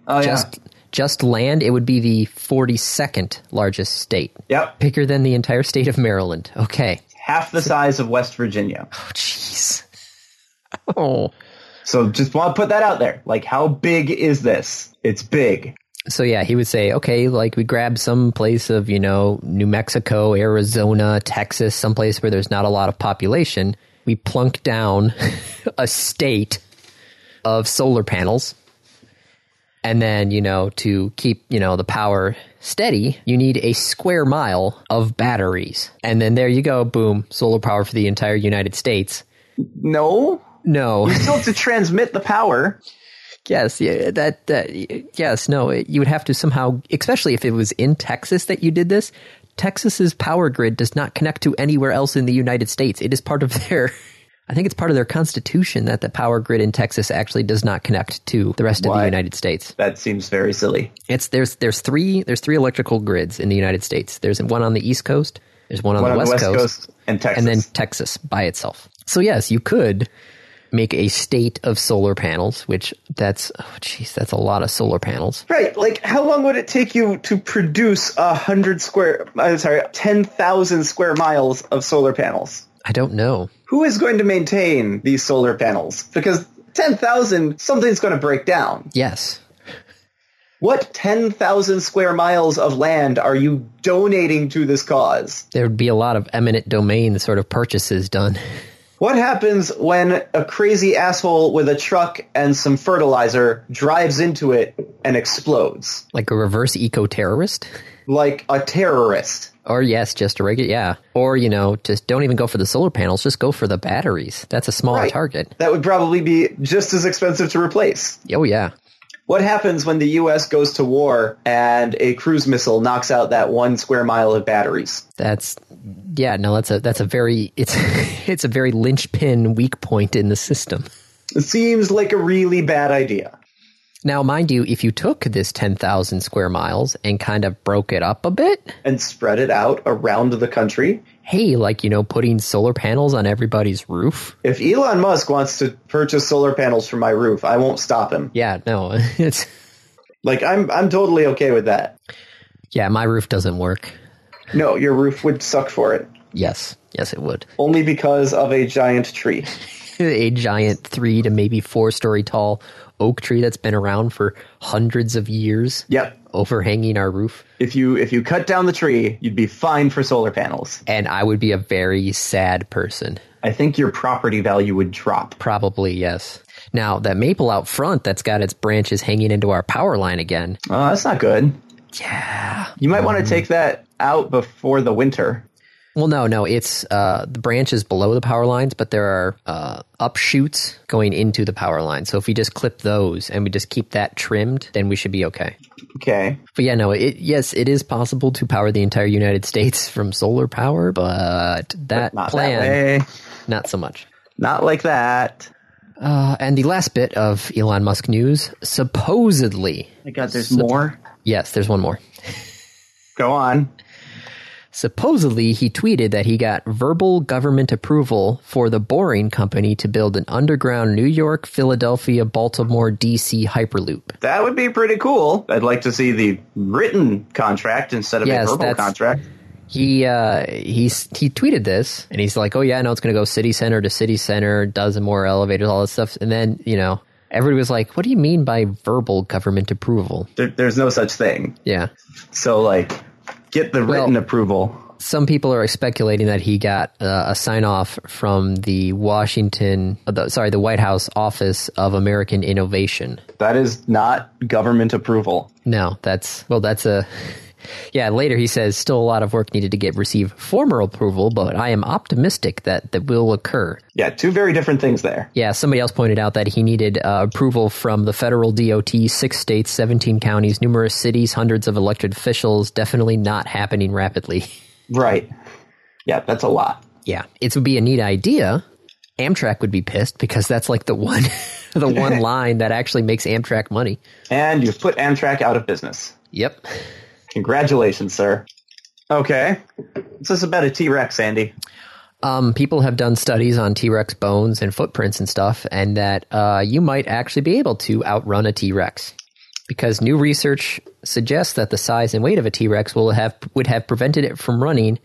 Oh, just just land, it would be the 42nd largest state. yeah. Yep. Bigger than the entire state of Maryland. Okay. Half the size of West Virginia. Oh, jeez. Oh. So just want to put that out there. Like, how big is this? It's big. So, yeah, he would say, okay, like we grab some place of, you know, New Mexico, Arizona, Texas, someplace where there's not a lot of population. We plunk down a state of solar panels. And then, you know, to keep, you know, the power steady, you need a square mile of batteries. And then there you go, boom, solar power for the entire United States. No. No. Still to transmit the power. Yes, yeah, that that yes, no, it, you would have to somehow, especially if it was in Texas that you did this. Texas's power grid does not connect to anywhere else in the United States. It is part of their I think it's part of their constitution that the power grid in Texas actually does not connect to the rest of the Why? United States. That seems very silly. It's there's there's three there's three electrical grids in the United States. There's one on the East Coast, there's one on, One the, on West Coast, and Texas. and then Texas by itself. So yes, you could make a state of solar panels, which that's oh jeez, that's a lot of solar panels. right. Like, how long would it take you to produce a hundred square? I'm sorry, ten thousand square miles of solar panels? I don't know. Who is going to maintain these solar panels? Because ten thousand, something's going to break down. Yes. What ten thousand square miles of land are you donating to this cause? There would be a lot of eminent domain sort of purchases done. What happens when a crazy asshole with a truck and some fertilizer drives into it and explodes? Like a reverse eco terrorist? Like a terrorist. Or yes, just a regular yeah. Or, you know, just don't even go for the solar panels, just go for the batteries. That's a smaller Right. target. That would probably be just as expensive to replace. Oh yeah. What happens when the US goes to war and a cruise missile knocks out that one square mile of batteries? That's yeah, no, that's a that's a very it's it's a very linchpin weak point in the system. It seems like a really bad idea. Now, mind you, if you took this 10,000 square miles and kind of broke it up a bit, And spread it out around the country. hey, like, you know, putting solar panels on everybody's roof. If Elon Musk wants to purchase solar panels for my roof, I won't stop him. Yeah, no, it's, Like I'm I'm totally okay with that. yeah, my roof doesn't work. No, your roof would suck for it. Yes, yes, it would. Only because of a giant tree. A giant three to maybe four story tall oak tree that's been around for hundreds of years Yep. overhanging our roof. If you if you cut down the tree, you'd be fine for solar panels. And I would be a very sad person. I think your property value would drop. Probably, yes. Now, that maple out front that's got its branches hanging into our power line again. Oh, that's not good. Yeah. You might want to take that out before the winter. Well, no, no. It's uh, the branches below the power lines, but there are uh, upshoots going into the power line. So if we just clip those and we just keep that trimmed, then we should be okay. Okay. But yeah, no. It, yes, it is possible to power the entire United States from solar power, but that Not plan, that way. not so much. Not like that. Uh, and the last bit of Elon Musk news, supposedly, My God, there's more. yes, there's one more. Go on. Supposedly, he tweeted that he got verbal government approval for the Boring Company to build an underground New York, Philadelphia, Baltimore, D.C. Hyperloop. That would be pretty cool. I'd like to see the written contract instead of Yes, a verbal that's- contract. He uh, he s- he tweeted this, and he's like, "Oh yeah, no, it's going to go city center to city center, dozen more elevators, all this stuff." And then you know, everybody was like, "What do you mean by verbal government approval?" There, there's no such thing. Yeah, So like, get the written approval. some people are speculating that he got uh, a sign off from the Washington, uh, the, sorry, the White House Office of American Innovation. That is not government approval. No, that's well, that's a yeah. Later, he says still a lot of work needed to get receive formal approval, but I am optimistic that that will occur. Yeah, two very different things there. Yeah, somebody else pointed out that he needed uh, approval from the federal DOT, six states, seventeen counties, numerous cities, hundreds of elected officials. Definitely not happening rapidly. Right. Yeah, that's a lot. Yeah, it would be a neat idea. Amtrak would be pissed because that's like the one, the one line that actually makes Amtrak money. And you've put Amtrak out of business. Yep. Congratulations, sir. Okay. What's this about a T Rex, Andy? Um, people have done studies on T Rex bones and footprints and stuff, and that uh, you might actually be able to outrun a T Rex because new research suggests that the size and weight of a T Rex will have would have prevented it from running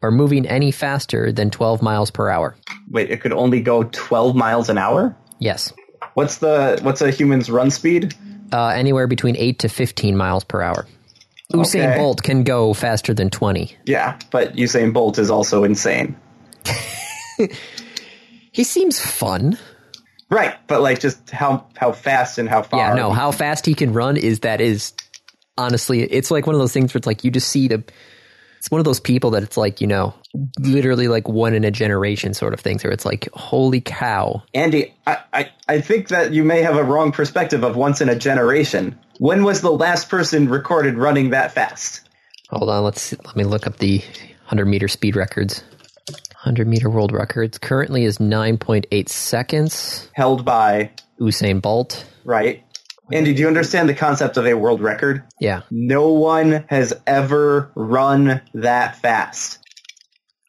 or moving any faster than 12 miles per hour. Wait, it could only go 12 miles an hour? Yes, What's the what's a human's run speed? uh, anywhere between 8 to 15 miles per hour. Usain Okay. Bolt can go faster than 20. Yeah, but Usain Bolt is also insane. He seems fun. Right, but like just how how fast and how far. Yeah, no, how fast he can run is that is honestly, it's like one of those things where it's like you just see the. It's one of those people that it's like you know, literally like one in a generation sort of things where it's like, holy cow! Andy, I, I, I think that you may have a wrong perspective of once in a generation. When was the last person recorded running that fast? Hold on, let's see, let me look up the hundred meter speed records. Hundred meter world records currently is nine point eight seconds. Held by Usain Bolt. right? Andy, do you understand the concept of a world record? Yeah, No one has ever run that fast.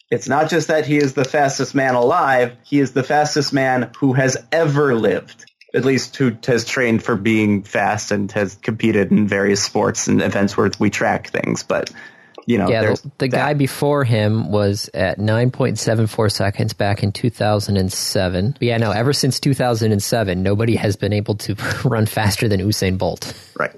It's not just that he is the fastest man alive, he is the fastest man who has ever lived. At least who has trained for being fast and has competed in various sports and events where we track things, but you know, yeah. there's The, the that. guy before him was at nine point seven four seconds back in two thousand and seven. Yeah, no. Ever since two thousand and seven, nobody has been able to run faster than Usain Bolt. Right.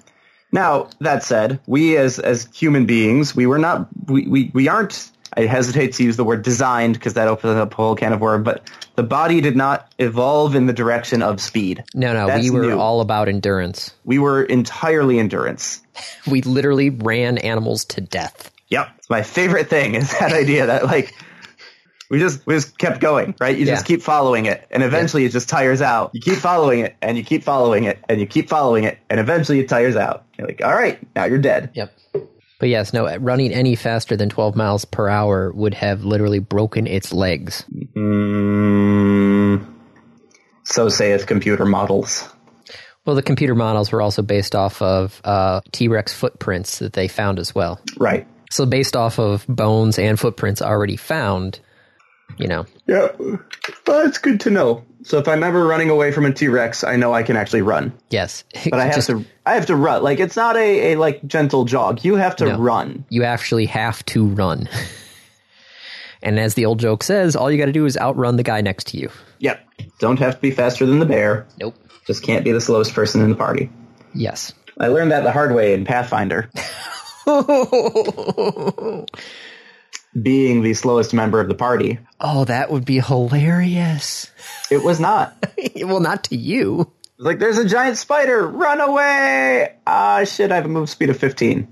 Now, that said, we as as human beings, we were not we, we, we aren't I hesitate to use the word designed because that opens up a whole can of worms, but the body did not evolve in the direction of speed. No, no. That's we were new. all about endurance. We were entirely endurance. We literally ran animals to death. Yep. It's my favorite thing is that idea that like we just we just kept going, right? You just Yeah. keep following it and eventually it just tires out. You keep following it and you keep following it and you keep following it and eventually it tires out. You're like, "All right, now you're dead." Yep. But yes, no. Running any faster than twelve miles per hour would have literally broken its legs. Mm, so saith computer models. Well, the computer models were also based off of uh, T Rex footprints that they found as well. Right. So based off of bones and footprints already found, you know, Yeah. Well, it's good to know. So if I'm ever running away from a T Rex, I know I can actually run. yes. But I have Just- to I have to run. Like it's not a, a like gentle jog. You have to No. run. You actually have to run. and as the old joke says, all you got to do is outrun the guy next to you. Yep. Don't have to be faster than the bear. Nope. Just can't be the slowest person in the party. Yes. I learned that the hard way in Pathfinder, oh, being the slowest member of the party. that would be hilarious. It was not. well, not to you. It's like there's a giant spider, run away. Ah shit, I have a move speed of 15.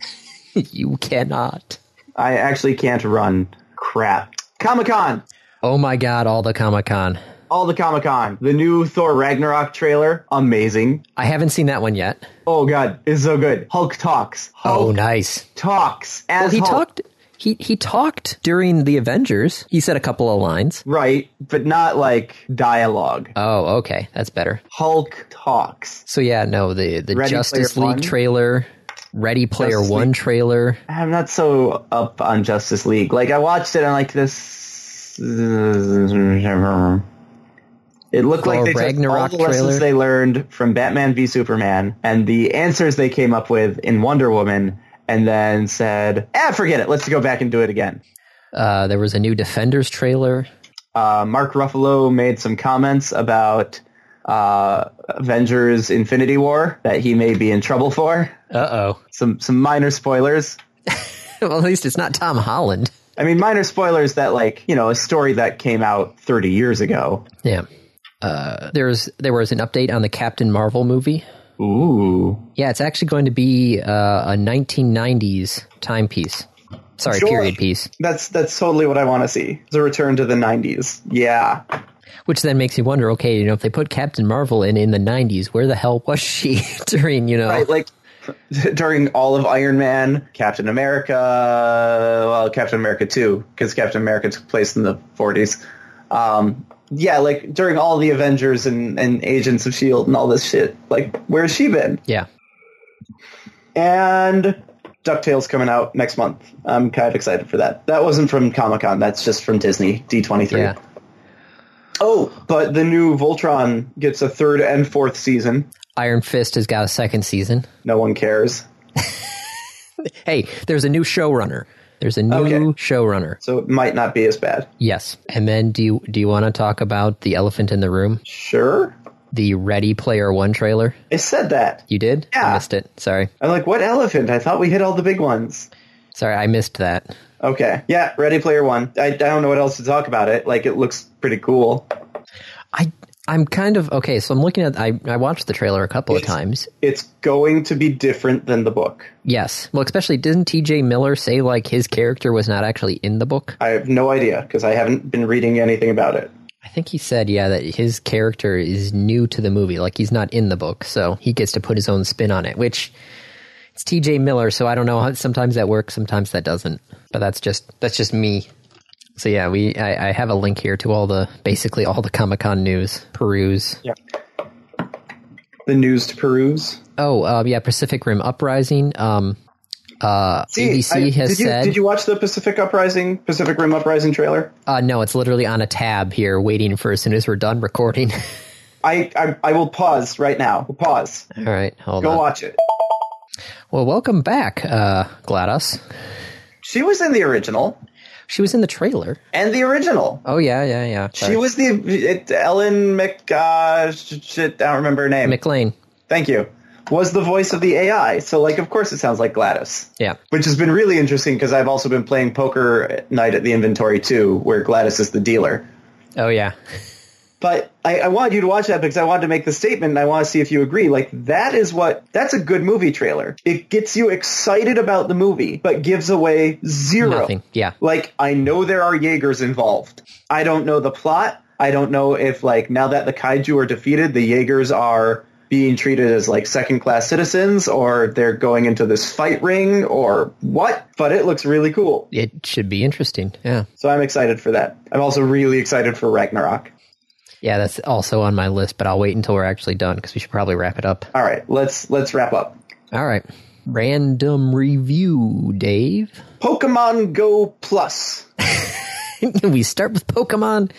you cannot. I actually can't run. Crap. Comic Con! Oh my god, all the Comic Con. All the Comic Con. The new Thor Ragnarok trailer. Amazing. I haven't seen that one yet. Oh god, it's so good. Hulk talks. Hulk Oh, nice. talks. As Well, he Hulk. talked. He he talked during the Avengers. He said a couple of lines. Right, but not like dialogue. Oh, okay, that's better. Hulk talks. So yeah, no, the the Ready Justice Player League One? trailer, Ready Player Justice One trailer. I'm not so up on Justice League. Like I watched it and like this it looked Thor like they Ragnarok took all the lessons trailer? they learned from Batman v Superman and the answers they came up with in Wonder Woman and then said, "Ah, forget it. Let's go back and do it again." Uh, there was a new Defenders trailer. Uh, Mark Ruffalo made some comments about uh, Avengers Infinity War that he may be in trouble for. Uh oh. Some some minor spoilers. well, at least it's not Tom Holland. I mean, minor spoilers that like you know a story that came out 30 years ago. Yeah. Uh, there's there was an update on the Captain Marvel movie. Ooh, Yeah, it's actually going to be uh, a 1990s timepiece. Sorry, Sure. period piece. that's that's totally what I want to see. It's a return to the 90s. Yeah, Which then makes me wonder, okay, you know, if they put Captain Marvel in in the 90s, where the hell was she during, you know? right. Like during all of Iron Man, Captain America, well, Captain America 2, because Captain America took place in the 40s. Um, yeah, like during all the Avengers and, and Agents of S.H.I.E.L.D. E and all this shit. Like, where's she been? Yeah. And DuckTales coming out next month. I'm kind of excited for that. That wasn't from Comic Con, that's just from Disney, D23. Yeah. Oh, but the new Voltron gets a third and fourth season. Iron Fist has got a second season. No one cares. Hey, there's a new showrunner. There's a new Okay. showrunner. So it might not be as bad. Yes. And then do you do you want to talk about the elephant in the room? Sure. The Ready Player 1 trailer? I said that. You did? I Yeah. missed it. Sorry. I'm like, what elephant? I thought we hit all the big ones. Sorry, I missed that. Okay. Yeah, Ready Player One. I, I don't know what else to talk about it. Like, it looks pretty cool. I I'm kind of okay. So I'm looking at I I watched the trailer a couple of times. It's going to be different than the book. Yes. Well, especially didn't T.J. Miller say like his character was not actually in the book? I have no idea because I haven't been reading anything about it. I think he said yeah that his character is new to the movie, like he's not in the book, so he gets to put his own spin on it, which. It's T.J. Miller, so I don't know. how Sometimes that works, sometimes that doesn't. But that's just that's just me. So yeah, we I, I have a link here to all the basically all the Comic Con news peruse. The news to peruse. Oh uh, yeah, Pacific Rim Uprising. Um, uh, ABC I- has did you, said Did you watch the Pacific Uprising, Pacific Rim Uprising trailer? Uh, no, it's literally on a tab here, waiting for as soon as we're done recording. I, I, I will pause right now. We'll pause. All right, hold Go on. watch it. Well, welcome back, uh, Gladys. She was in the original She was in the trailer. and the original. Oh yeah, yeah, yeah. She was the it, Ellen Mc. Uh, sh- shit, I don't remember her name. McLean. Thank you. Was the voice of the AI. So, like, of course, it sounds like Gladys, Yeah. which has been really interesting because I've also been playing poker night at the inventory too, where Gladys is the dealer. Oh yeah. But I, I wanted you to watch that because I wanted to make the statement and I want to see if you agree. Like, that is what, that's a good movie trailer. It gets you excited about the movie, but gives away zero. Nothing. Yeah. Like, I know there are Jaegers involved. I don't know the plot. I don't know if, like, now that the kaiju are defeated, the Jaegers are being treated as, like, second class citizens or they're going into this fight ring or what, but it looks really cool. It should be interesting. Yeah. So I'm excited for that. I'm also really excited for Ragnarok. Yeah, that's also on my list, but I'll wait until we're actually done because we should probably wrap it up. All right, let's let's wrap up. All right. Random review, Dave. Pokemon Go Plus. we start with Pokemon.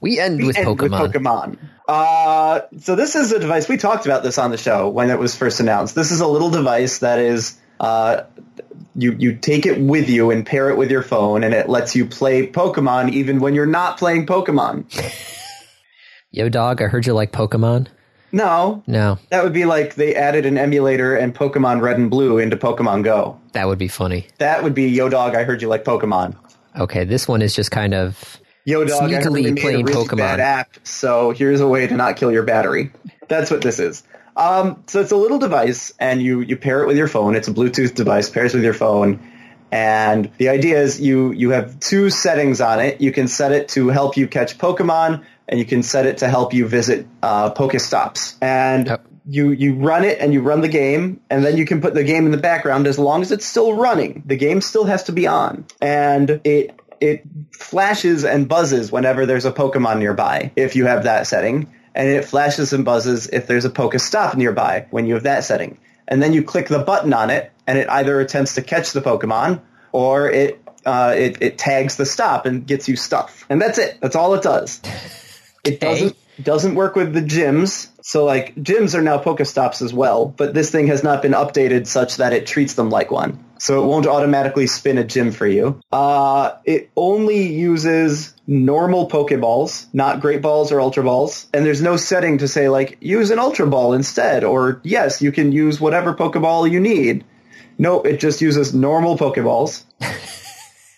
We end, with, And Pokemon. With Pokemon. Uh, so this is a device we talked about this on the show when it was first announced. This is a little device that is uh, you you take it with you and pair it with your phone, and it lets you play Pokemon even when you're not playing Pokemon. Yo, dog. I heard you like Pokemon. No, No, that would be like they added an emulator and Pokemon Red and Blue into Pokemon Go. that would be funny. That would be Yo Dog. I heard you like Pokemon. Okay, this one is just kind of Yo Dog, I heard Sneakily we made playing a really Pokemon. bad app, so here's a way to not kill your battery. That's what this is. Um, so it's a little device, and you, you pair it with your phone. It's a Bluetooth device, pairs with your phone, and the idea is you, you have two settings on it. You can set it to help you catch Pokemon, and you can set it to help you visit uh, Pokestops. And Yep. you, you run it, and you run the game, and then you can put the game in the background as long as it's still running. The game still has to be on, and it it flashes and buzzes whenever there's a Pokemon nearby, if you have that setting. And it flashes and buzzes if there's a Pokestop nearby, when you have that setting. And then you click the button on it, and it either attempts to catch the Pokemon, or it, uh, it, it tags the stop and gets you stuff. And that's it. That's all it does. It Okay. doesn't doesn't work with the gyms. So like gyms are now Pokestops as well, but this thing has not been updated such that it treats them like one. so it won't automatically spin a gym for you. Uh, it only uses normal Pokeballs, not Great Balls or Ultra Balls, and there's no setting to say like use an Ultra Ball instead, or yes, you can use whatever Pokeball you need. No, it just uses normal Pokeballs,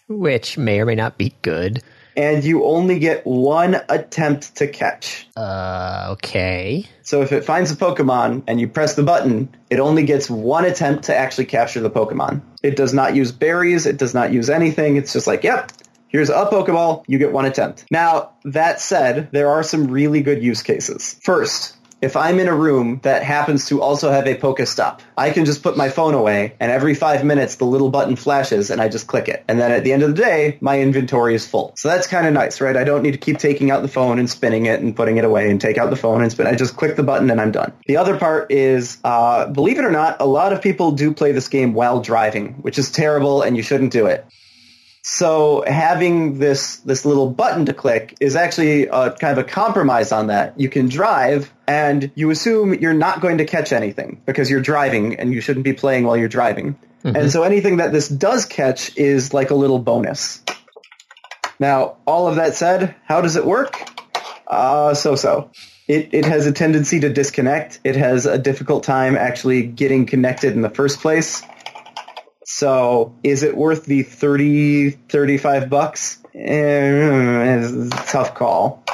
which may or may not be good. and you only get one attempt to catch. Uh, okay. So if it finds a Pokemon and you press the button, it only gets one attempt to actually capture the Pokemon. It does not use berries. It does not use anything. It's just like, yep, here's a Pokeball. You get one attempt. Now, that said, there are some really good use cases. First, if I'm in a room that happens to also have a Pokestop, I can just put my phone away and every five minutes the little button flashes and I just click it. And then at the end of the day, my inventory is full. So that's kind of nice, right? I don't need to keep taking out the phone and spinning it and putting it away and take out the phone and spin. I just click the button and I'm done. The other part is, uh, believe it or not, a lot of people do play this game while driving, which is terrible and you shouldn't do it. So having this this little button to click is actually a, kind of a compromise on that. You can drive, and you assume you're not going to catch anything because you're driving, and you shouldn't be playing while you're driving. And so anything that this does catch is like a little bonus. Now, all of that said, how does it work? Uh, so-so. It, it has a tendency to disconnect. It has a difficult time actually getting connected in the first place. So is it worth the 30, 35 bucks? Eh, It's a tough call.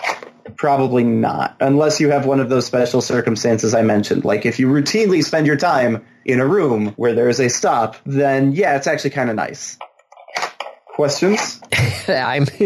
Probably not, unless you have one of those special circumstances I mentioned. Like if you routinely spend your time in a room where there is a stop, then yeah, it's actually kind of nice. Questions? I'm.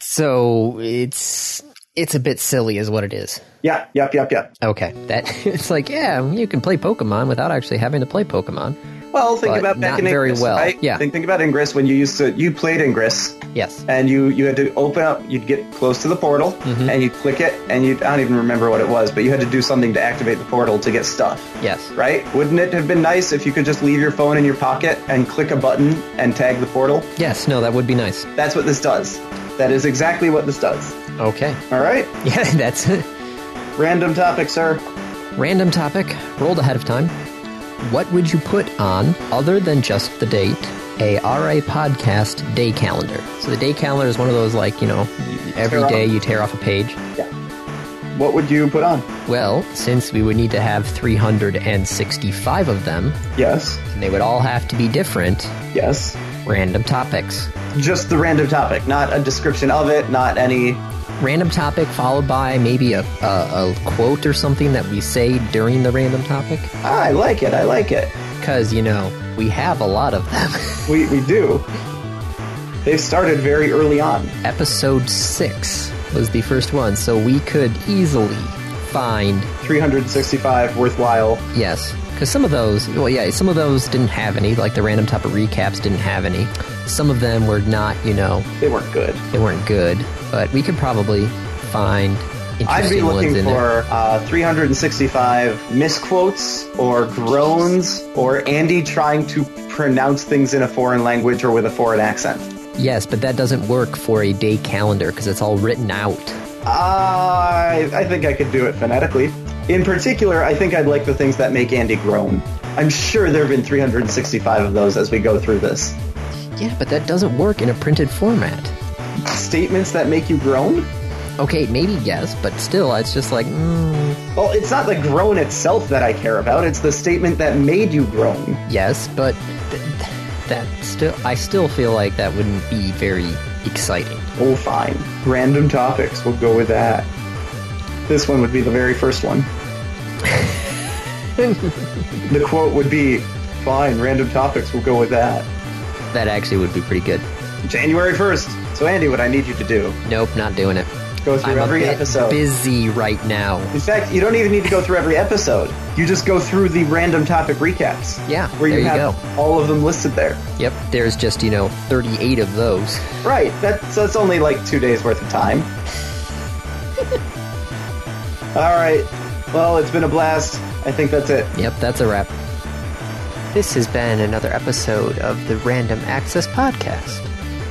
so it's it's a bit silly, is what it is. Yeah, yep, yep, yep. Okay, that it's like yeah, you can play Pokemon without actually having to play Pokemon. Well, think But about back not in very Ingress, well. right? Yeah. Think, think about Ingress when you used to you played Ingress Yes. and you you had to open up you'd get close to the portal and you click it and you I don't even remember what it was but you had to do something to activate the portal to get stuff Yes. right wouldn't it have been nice if you could just leave your phone in your pocket and click a button and tag the portal Yes. No, that would be nice. that's what this does that is exactly what this does Okay. all right Yeah, that's it. random topic sir Random topic, rolled ahead of time. What would you put on, other than just the date, a RA podcast day calendar? So the day calendar is one of those, like, you know, every Tear off. day you tear off a page. what would you put on Well, since we would need to have 365 of them, yes and they would all have to be different, yes random topics. just the random topic not a description of it not any Random topic followed by maybe a, a, a quote or something that we say during the random topic. ah, i like it i like it Because, you know, we have a lot of them. we, we do they started very early on episode 6 was the first one so we could easily find 365 worthwhile. yes because some of those well yeah some of those didn't have any like the random topic recaps didn't have any some of them were not you know They weren't good. they weren't good but we could probably find interesting I'd be ones looking in there for uh, 365 misquotes or groans or Andy trying to pronounce things in a foreign language or with a foreign accent. yes but that doesn't work for a day calendar because it's all written out I I think I could do it phonetically. In particular, I think I'd like the things that make Andy groan. I'm sure there have been 365 of those as we go through this. yeah but that doesn't work in a printed format Statements that make you groan? okay maybe yes but still it's just like mm, Well, it's not the groan itself that I care about, it's the statement that made you groan. Yes, but th- th- that still, I still feel like that wouldn't be very exciting. Oh, fine. Random topics. We'll go with that. This one would be the very first one. the quote would be, fine, random topics. We'll go with that. That actually would be pretty good. January 1st. So, Andy, what I need you to do, Nope, not doing it. go through I'm a every bit episode. busy right now. In fact, you don't even need to go through every episode. You just go through the random topic recaps. Yeah, Where there you you have all of them listed there. Yep, there's just you know 38 of those. Right. That's that's only like two days worth of time. All right. Well, it's been a blast. I think that's it. Yep, that's a wrap. This has been another episode of the Random Access Podcast.